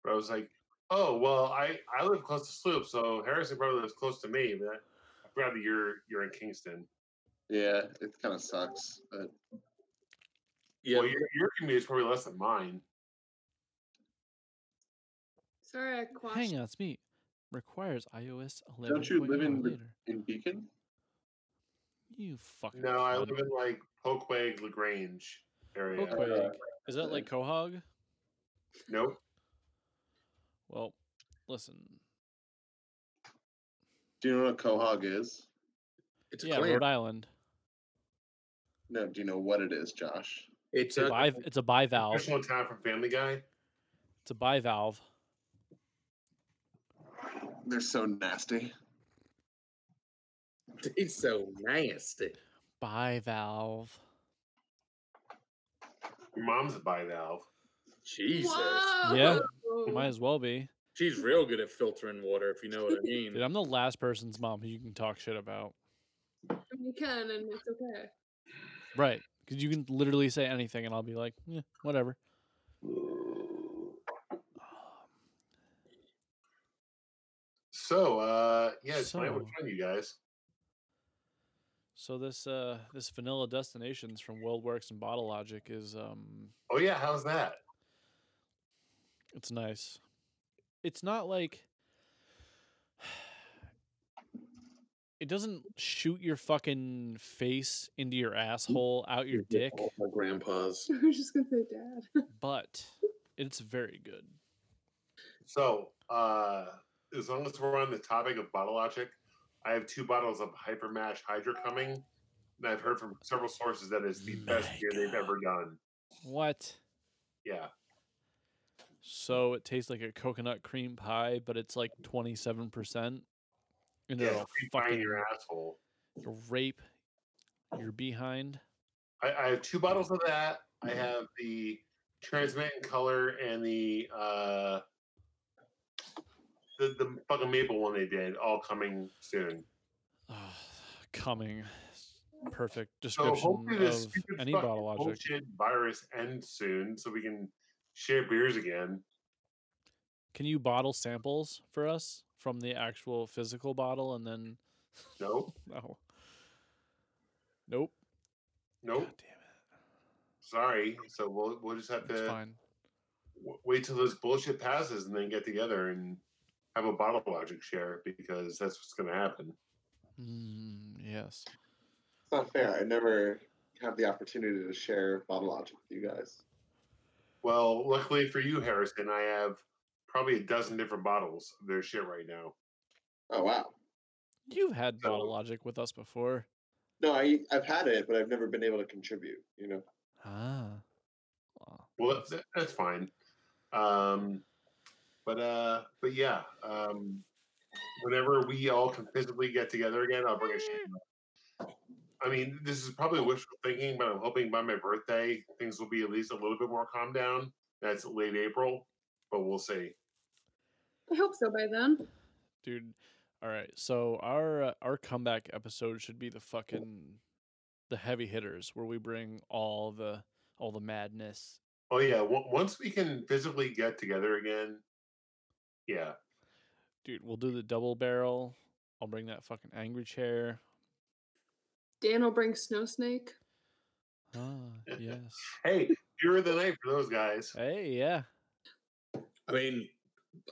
Speaker 3: But I was like, oh well, I I live close to Sloop, so Harrison probably lives close to me. But I forgot that you're you're in Kingston.
Speaker 2: Yeah, it kind of sucks. But
Speaker 4: Yeah,
Speaker 3: Well, your your commute is probably less than mine.
Speaker 6: Sorry, I quashed.
Speaker 5: Hang on, it's me. Requires iOS 11.
Speaker 2: don't you live in the,
Speaker 5: later.
Speaker 2: in Beacon?
Speaker 5: You fucking.
Speaker 3: No, I
Speaker 5: cunt.
Speaker 3: live in like Poquag Lagrange area.
Speaker 4: Oh,
Speaker 5: Oakweg. Is that like Cohog?
Speaker 3: Nope.
Speaker 5: Well, listen.
Speaker 2: Do you know what a quahog is?
Speaker 4: it's a
Speaker 5: Yeah,
Speaker 4: clan.
Speaker 5: Rhode Island.
Speaker 2: No, do you know what it is, Josh?
Speaker 4: It's
Speaker 5: It's
Speaker 4: a
Speaker 5: a, biv- it's a bivalve.
Speaker 3: National Town from Family Guy.
Speaker 5: It's a bivalve.
Speaker 2: They're so nasty.
Speaker 4: it's so nasty.
Speaker 5: Bivalve.
Speaker 3: Your mom's a bivalve.
Speaker 4: Jesus,
Speaker 5: Yeah.
Speaker 6: Whoa.
Speaker 5: Might as well be.
Speaker 4: she's real good at filtering water, if you know what I mean.
Speaker 5: Dude, I'm the last person's mom who you can talk shit about.
Speaker 6: I mean, You can, and it's okay.
Speaker 5: Right. Because you can literally say anything and I'll be like, yeah, whatever.
Speaker 3: So, uh, yeah, tonight we're
Speaker 5: So-
Speaker 3: trying you guys.
Speaker 5: So this uh this vanilla destinations from WorldWorks and Bottle Logic is um
Speaker 3: Oh yeah, how's that?
Speaker 5: it's nice. It's not like it doesn't shoot your fucking face into your asshole out your dick,
Speaker 4: my grandpa's.
Speaker 6: I was just gonna say, Dad.
Speaker 5: but it's very good.
Speaker 3: So, uh, as long as we're on the topic of bottle logic, I have two bottles of Hyper Mash Hydra coming, and I've heard from several sources that it's the best beer they've
Speaker 5: Mega.
Speaker 3: ever done.
Speaker 5: What?
Speaker 3: Yeah,
Speaker 5: So it tastes like a coconut cream pie, but it's like twenty seven percent, and
Speaker 3: yeah,
Speaker 5: it'll
Speaker 3: free fire in
Speaker 5: fucking
Speaker 3: your asshole.
Speaker 5: rape your behind.
Speaker 3: I, I have two bottles of that. I
Speaker 5: Mm-hmm.
Speaker 3: have the transmit in color and the uh, the the fucking maple one they did, all coming soon.
Speaker 5: Ah, coming, perfect
Speaker 3: So
Speaker 5: description
Speaker 3: hopefully this
Speaker 5: of
Speaker 3: stupid
Speaker 5: any
Speaker 3: fucking
Speaker 5: bottle logic.
Speaker 3: bullshit virus ends soon, so we can share beers again.
Speaker 5: Can you bottle samples for us from the actual physical bottle, and then
Speaker 3: Nope,
Speaker 5: no, nope.
Speaker 3: nope.
Speaker 5: God damn
Speaker 3: Sorry. So we'll we'll just have
Speaker 5: it, it's
Speaker 3: to
Speaker 5: fine.
Speaker 3: w- wait till this bullshit passes and then get together and have a bottle logic share because that's what's going to happen.
Speaker 5: Mm, yes,
Speaker 2: It's not fair. I never have the opportunity to share bottle logic with you guys.
Speaker 3: Well, luckily for you, Harrison, I have probably a dozen different bottles of their shit right now.
Speaker 2: Oh wow.
Speaker 5: you've had bottle
Speaker 3: So-
Speaker 5: logic with us before.
Speaker 2: No, I I've had it, but I've never been able to contribute. You know,
Speaker 5: Ah,
Speaker 3: Well, that, that's fine. Um, but uh, but yeah. Um, whenever we all can physically get together again, I'll bring a shake. I mean, this is probably wishful thinking, but I'm hoping by my birthday things will be at least a little bit more calm down. That's late April, but we'll see.
Speaker 6: I hope so by then.
Speaker 5: dude. All right, so our uh, our comeback episode should be the fucking the heavy hitters where we bring all the all the madness.
Speaker 3: Oh yeah, w- once we can physically get together again, yeah,
Speaker 5: Dude, we'll do the double barrel. I'll bring that fucking angry chair.
Speaker 6: Dan will bring Snow Snake.
Speaker 5: Ah, yes.
Speaker 3: hey, you're the night for those guys.
Speaker 5: Hey, yeah.
Speaker 4: I mean,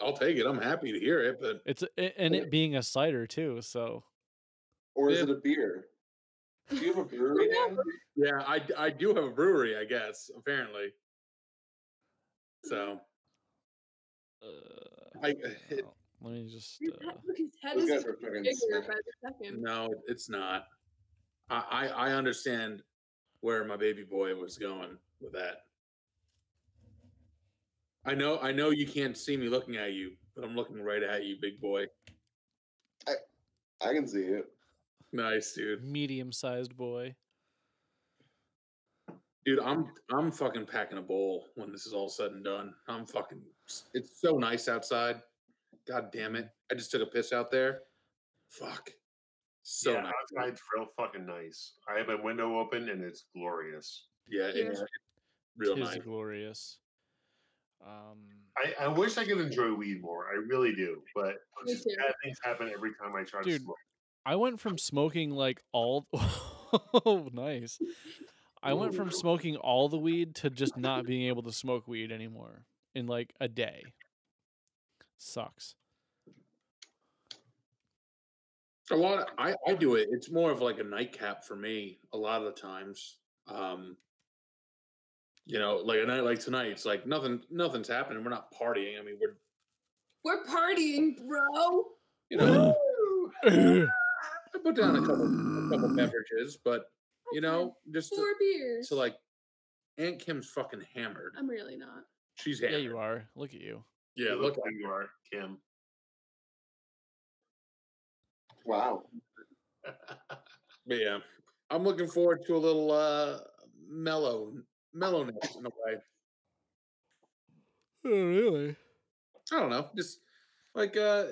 Speaker 4: I'll take it. I'm happy to hear it, but
Speaker 5: It's a- a- and it being a cider too, so
Speaker 2: Or is
Speaker 4: Yeah.
Speaker 2: it a beer? Do you have a brewery? Dan?
Speaker 4: yeah, I, d- I do have a brewery, I guess, apparently. So
Speaker 5: uh,
Speaker 4: I-
Speaker 5: yeah, let me just
Speaker 6: His
Speaker 5: uh,
Speaker 6: head- look, his head
Speaker 2: Those
Speaker 6: is
Speaker 2: guys are fucking
Speaker 6: bigger
Speaker 2: stacked.
Speaker 6: by the second.
Speaker 4: no, it's not. I, I I understand where my baby boy was going with that. I know I know you can't see me looking at you, but I'm looking right at you, big boy.
Speaker 2: I can see it.
Speaker 4: Nice, dude.
Speaker 5: medium-sized boy.
Speaker 4: Dude, I'm I'm fucking packing a bowl when this is all said and done. I'm fucking. It's so nice outside. God damn it! I just took a piss out there. Fuck. So
Speaker 3: yeah,
Speaker 4: nice.
Speaker 3: outside's real fucking nice. I have my window open and it's glorious.
Speaker 4: Yeah, it's
Speaker 6: Yeah.
Speaker 4: real
Speaker 5: Tis
Speaker 4: nice.
Speaker 5: glorious. Um,
Speaker 3: I, I wish I could enjoy weed more. I really do, but
Speaker 6: Me
Speaker 3: just
Speaker 6: too.
Speaker 3: bad things happen every time I try
Speaker 5: Dude.
Speaker 3: to smoke.
Speaker 5: I went from smoking like all oh, nice. I went from smoking all the weed to just not being able to smoke weed anymore in like a day. Sucks.
Speaker 4: A lot. Of, I I do it. It's more of like a nightcap for me. A lot of the times, um, you know, like a night like tonight, it's like nothing. Nothing's happening. We're not partying. I mean, we're
Speaker 6: We're partying, bro.
Speaker 4: you know.
Speaker 5: Ugh.
Speaker 4: I put down a couple, a couple beverages, but you know, just to,
Speaker 6: Four beers.
Speaker 4: to, like Aunt Kim's fucking hammered.
Speaker 6: I'm really not.
Speaker 4: She's
Speaker 5: yeah,
Speaker 4: hammered.
Speaker 5: you are. Look at you.
Speaker 4: Yeah,
Speaker 3: You
Speaker 4: look,
Speaker 3: look who you are, Kim.
Speaker 2: Wow.
Speaker 4: but yeah, I'm looking forward to a little uh mellow mellowness in a way.
Speaker 5: Oh, really?
Speaker 4: I don't know, just like uh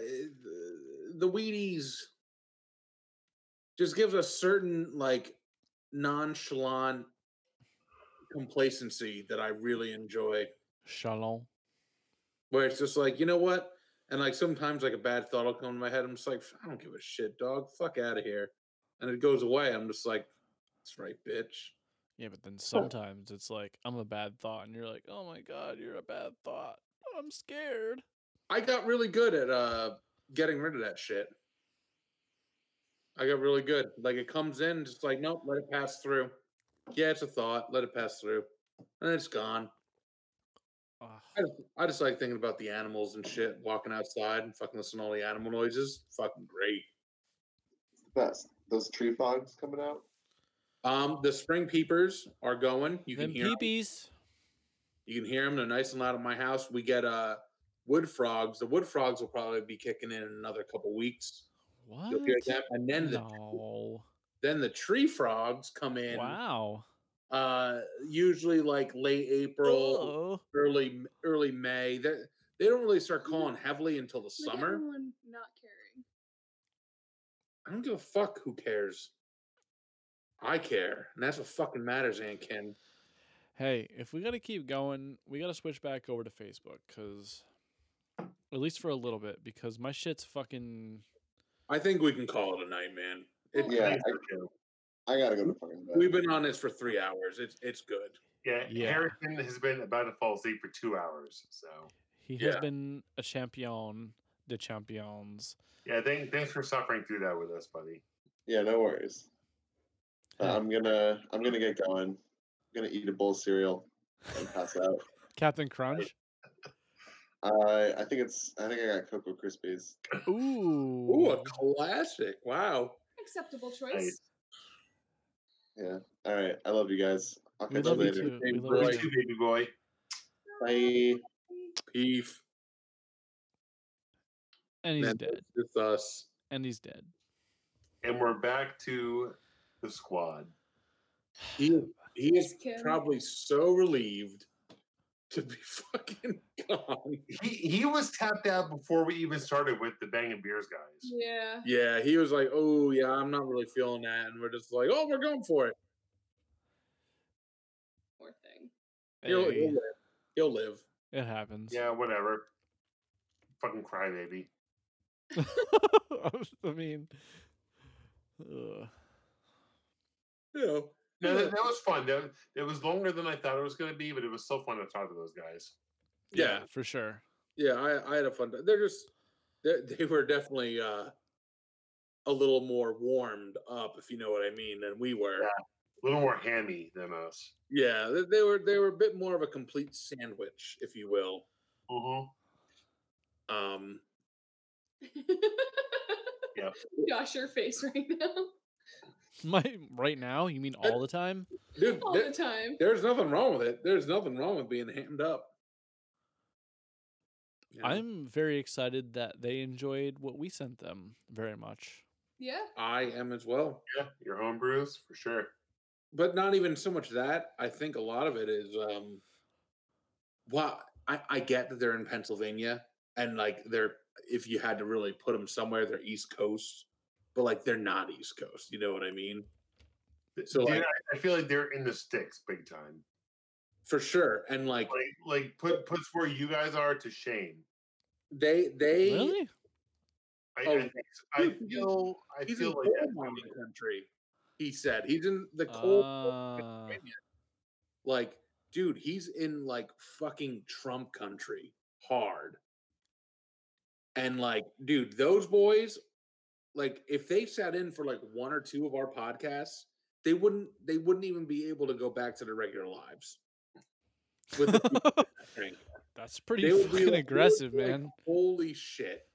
Speaker 4: the Wheaties just gives a certain like nonchalant complacency that I really enjoy.
Speaker 5: Shalom.
Speaker 4: where it's just like, you know what? And like sometimes like a bad thought will come to my head. I'm just like, I don't give a shit, dog. Fuck out of here. And it goes away. I'm just like, that's right, bitch.
Speaker 5: Yeah, but then sometimes it's like I'm a bad thought, and you're like, oh my god, you're a bad thought. I'm scared.
Speaker 4: I got really good at uh getting rid of that shit. I got really good. Like it comes in, just like, nope, let it pass through. Yeah, it's a thought. Let it pass through. And it's gone.
Speaker 5: Ugh.
Speaker 4: I just, I just like thinking about the animals and shit, walking outside and fucking listening to all the animal noises. Fucking great.
Speaker 2: It's the best. Those tree fogs coming out.
Speaker 4: Um, the spring peepers are going. You can
Speaker 5: Them
Speaker 4: hear 'em.
Speaker 5: peepees.
Speaker 4: You can hear them. They're nice and loud in my house. We get uh wood frogs. The wood frogs will probably be kicking in another couple weeks.
Speaker 5: What?
Speaker 4: You'll hear them, and then the
Speaker 5: No.
Speaker 4: then the tree frogs come in.
Speaker 5: Wow.
Speaker 4: Uh, usually like late April,
Speaker 5: Oh.
Speaker 4: early early May. They they don't really start calling heavily until the
Speaker 6: Like
Speaker 4: summer.
Speaker 6: everyone not caring.
Speaker 4: I don't give a fuck who cares. I care, and that's what fucking matters, Aunt Kim.
Speaker 5: Hey, if we got to keep going, we got to switch back over to Facebook because, at least for a little bit, because my shit's fucking.
Speaker 4: I think we can call it a night, man. It,
Speaker 2: Yeah,
Speaker 3: Thanks,
Speaker 2: I-
Speaker 3: Kim.
Speaker 2: I gotta go to fucking bed.
Speaker 4: We've been on this for three hours. It's it's good.
Speaker 3: yeah,
Speaker 5: Yeah.
Speaker 3: Harrison has been about to fall asleep for two hours. So
Speaker 5: He has
Speaker 4: Yeah.
Speaker 5: been a champion de champions.
Speaker 3: yeah, thank, thanks for suffering through that with us, buddy.
Speaker 2: yeah, no worries. Uh,
Speaker 5: Yeah.
Speaker 2: I'm gonna I'm gonna get going. I'm gonna eat a bowl of cereal and pass out.
Speaker 5: Captain Crunch.
Speaker 2: I I think it's I think I got Cocoa Krispies.
Speaker 5: Ooh.
Speaker 4: Ooh, a classic! Wow.
Speaker 6: Acceptable choice.
Speaker 3: Nice.
Speaker 2: All right, I love you guys. I'll
Speaker 5: we
Speaker 2: catch you
Speaker 5: love you
Speaker 2: later.
Speaker 5: too.
Speaker 4: Hey,
Speaker 5: We
Speaker 4: boy.
Speaker 5: love
Speaker 3: Love
Speaker 5: you
Speaker 3: you,
Speaker 5: too.
Speaker 3: baby boy.
Speaker 2: Bye.
Speaker 4: Peef.
Speaker 5: And he's
Speaker 4: Man,
Speaker 5: dead.
Speaker 4: It's us.
Speaker 5: And he's dead.
Speaker 3: And we're back to the squad.
Speaker 4: He, he is
Speaker 6: Just kidding.
Speaker 4: probably so relieved to be fucking gone.
Speaker 3: He he was tapped out before we even started with the Bang and Beers guys.
Speaker 6: Yeah.
Speaker 4: Yeah, he was like, "Oh yeah, I'm not really feeling that," and we're just like, "Oh, we're going for it.
Speaker 6: Poor thing.
Speaker 4: He'll,
Speaker 5: Hey,
Speaker 4: he'll live. He'll live."
Speaker 5: it happens.
Speaker 3: Yeah, whatever. Fucking crybaby.
Speaker 5: I mean, ugh.
Speaker 4: You know,
Speaker 3: No,
Speaker 4: Yeah.
Speaker 3: that, that was fun. That, it was longer than I thought it was going to be, but it was so fun to talk to those guys.
Speaker 4: Yeah.
Speaker 5: for sure.
Speaker 4: yeah, I, I had a fun. They're just they, they were definitely uh a little more warmed up, if you know what I mean, than we were.
Speaker 3: Yeah. A little more hammy than us.
Speaker 4: Yeah, they, they were they were a bit more of a complete sandwich, if you will.
Speaker 3: Mm-hmm.
Speaker 4: Um,
Speaker 3: Yep.
Speaker 6: Josh, your face right now,
Speaker 5: My right now, you mean all the time?
Speaker 4: dude,
Speaker 6: all
Speaker 4: there-
Speaker 6: the time.
Speaker 4: there's nothing wrong with it. There's nothing wrong with being hammed up. You know?
Speaker 5: I'm very excited that they enjoyed what we sent them very much.
Speaker 6: Yeah.
Speaker 4: I am as well.
Speaker 3: Yeah, your home brews for sure.
Speaker 4: but not even so much that i think a lot of it is um well i i get that they're in pennsylvania and like they're if you had to really put them somewhere they're east coast but like they're not east coast you know what i mean So,
Speaker 3: Dude,
Speaker 4: like-
Speaker 3: I, I feel like they're in the sticks big time.
Speaker 4: for sure and like
Speaker 3: Like, like put puts where you guys are to shame.
Speaker 4: they they
Speaker 5: Really?
Speaker 3: I,
Speaker 4: Oh,
Speaker 3: I, think, I
Speaker 4: dude, he's-
Speaker 3: feel I
Speaker 4: he's
Speaker 3: feel
Speaker 4: in
Speaker 3: like
Speaker 4: coal
Speaker 3: that's
Speaker 4: mining
Speaker 3: how it
Speaker 4: country he said he's in the coal
Speaker 5: Uh,
Speaker 4: like dude he's in like fucking trump country hard and like dude those boys like if they sat in for like one or two of our podcasts they wouldn't they wouldn't even be able to go back to their regular lives with the-
Speaker 5: Uh, That's pretty
Speaker 4: they would be like- they
Speaker 5: fucking
Speaker 4: would
Speaker 5: aggressive,
Speaker 4: be like,
Speaker 5: man.
Speaker 4: holy shit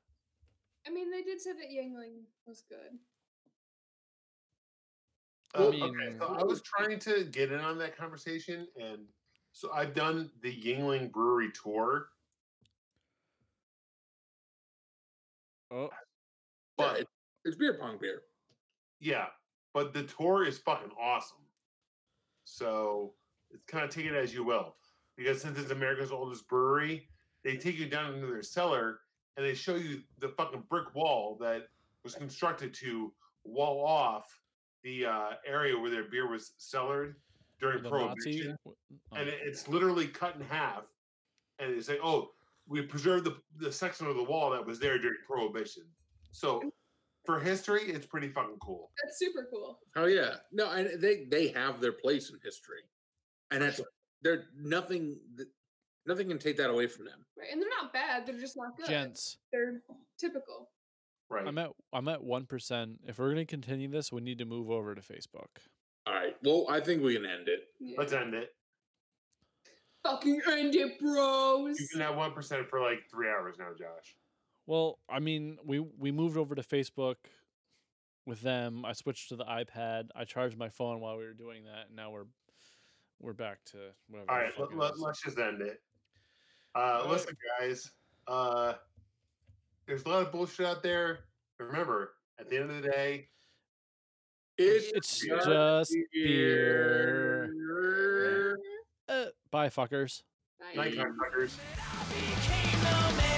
Speaker 6: I mean, they did say that Yangling was good.
Speaker 5: I
Speaker 3: Uh,
Speaker 5: mean-
Speaker 3: okay, so I was trying to get in on that conversation, and so I've done the Yingling Brewery tour,
Speaker 5: Oh,
Speaker 4: but
Speaker 3: but
Speaker 4: it- it's beer pong beer
Speaker 3: yeah, but the tour is fucking awesome. So it's kind of take it as you will, because since it's America's oldest brewery, they take you down into their cellar and they show you the fucking brick wall that was constructed to wall off the uh, area where their beer was cellared during
Speaker 5: the Nazi.
Speaker 3: prohibition.
Speaker 5: w- oh.
Speaker 3: and it- it's literally cut in half. And they say, "Oh, we preserved the the section of the wall that was there during Prohibition." So, for history, it's pretty fucking cool.
Speaker 6: That's super cool.
Speaker 4: oh yeah no and they they have their place in history and that's they're nothing th- nothing can take that away from them
Speaker 6: Right. And they're not bad. They're just not good.
Speaker 5: Gents,
Speaker 6: They're typical.
Speaker 3: Right?
Speaker 5: I'm at I'm at one percent. If we're gonna continue this, we need to move over to Facebook.
Speaker 4: All right. Well, I think we can end it.
Speaker 6: Yeah.
Speaker 3: Let's end it.
Speaker 6: Fucking end it, bros.
Speaker 3: You've been at one percent for like three hours now, Josh.
Speaker 5: Well, I mean, we we moved over to Facebook with them. I switched to the iPad. I charged my phone while we were doing that, and now we're we're back to whatever.
Speaker 3: All
Speaker 5: the
Speaker 3: right,
Speaker 5: Oh, fuck
Speaker 3: let,
Speaker 5: it is.
Speaker 3: us just end it. Uh,
Speaker 5: All
Speaker 3: listen, guys, uh, there's a lot of bullshit out there. Remember, at the end of the day,
Speaker 5: It's just beer.
Speaker 4: beer.
Speaker 5: Uh, bye, fuckers.
Speaker 6: Bye.
Speaker 3: nighttime fuckers.
Speaker 1: I became the man.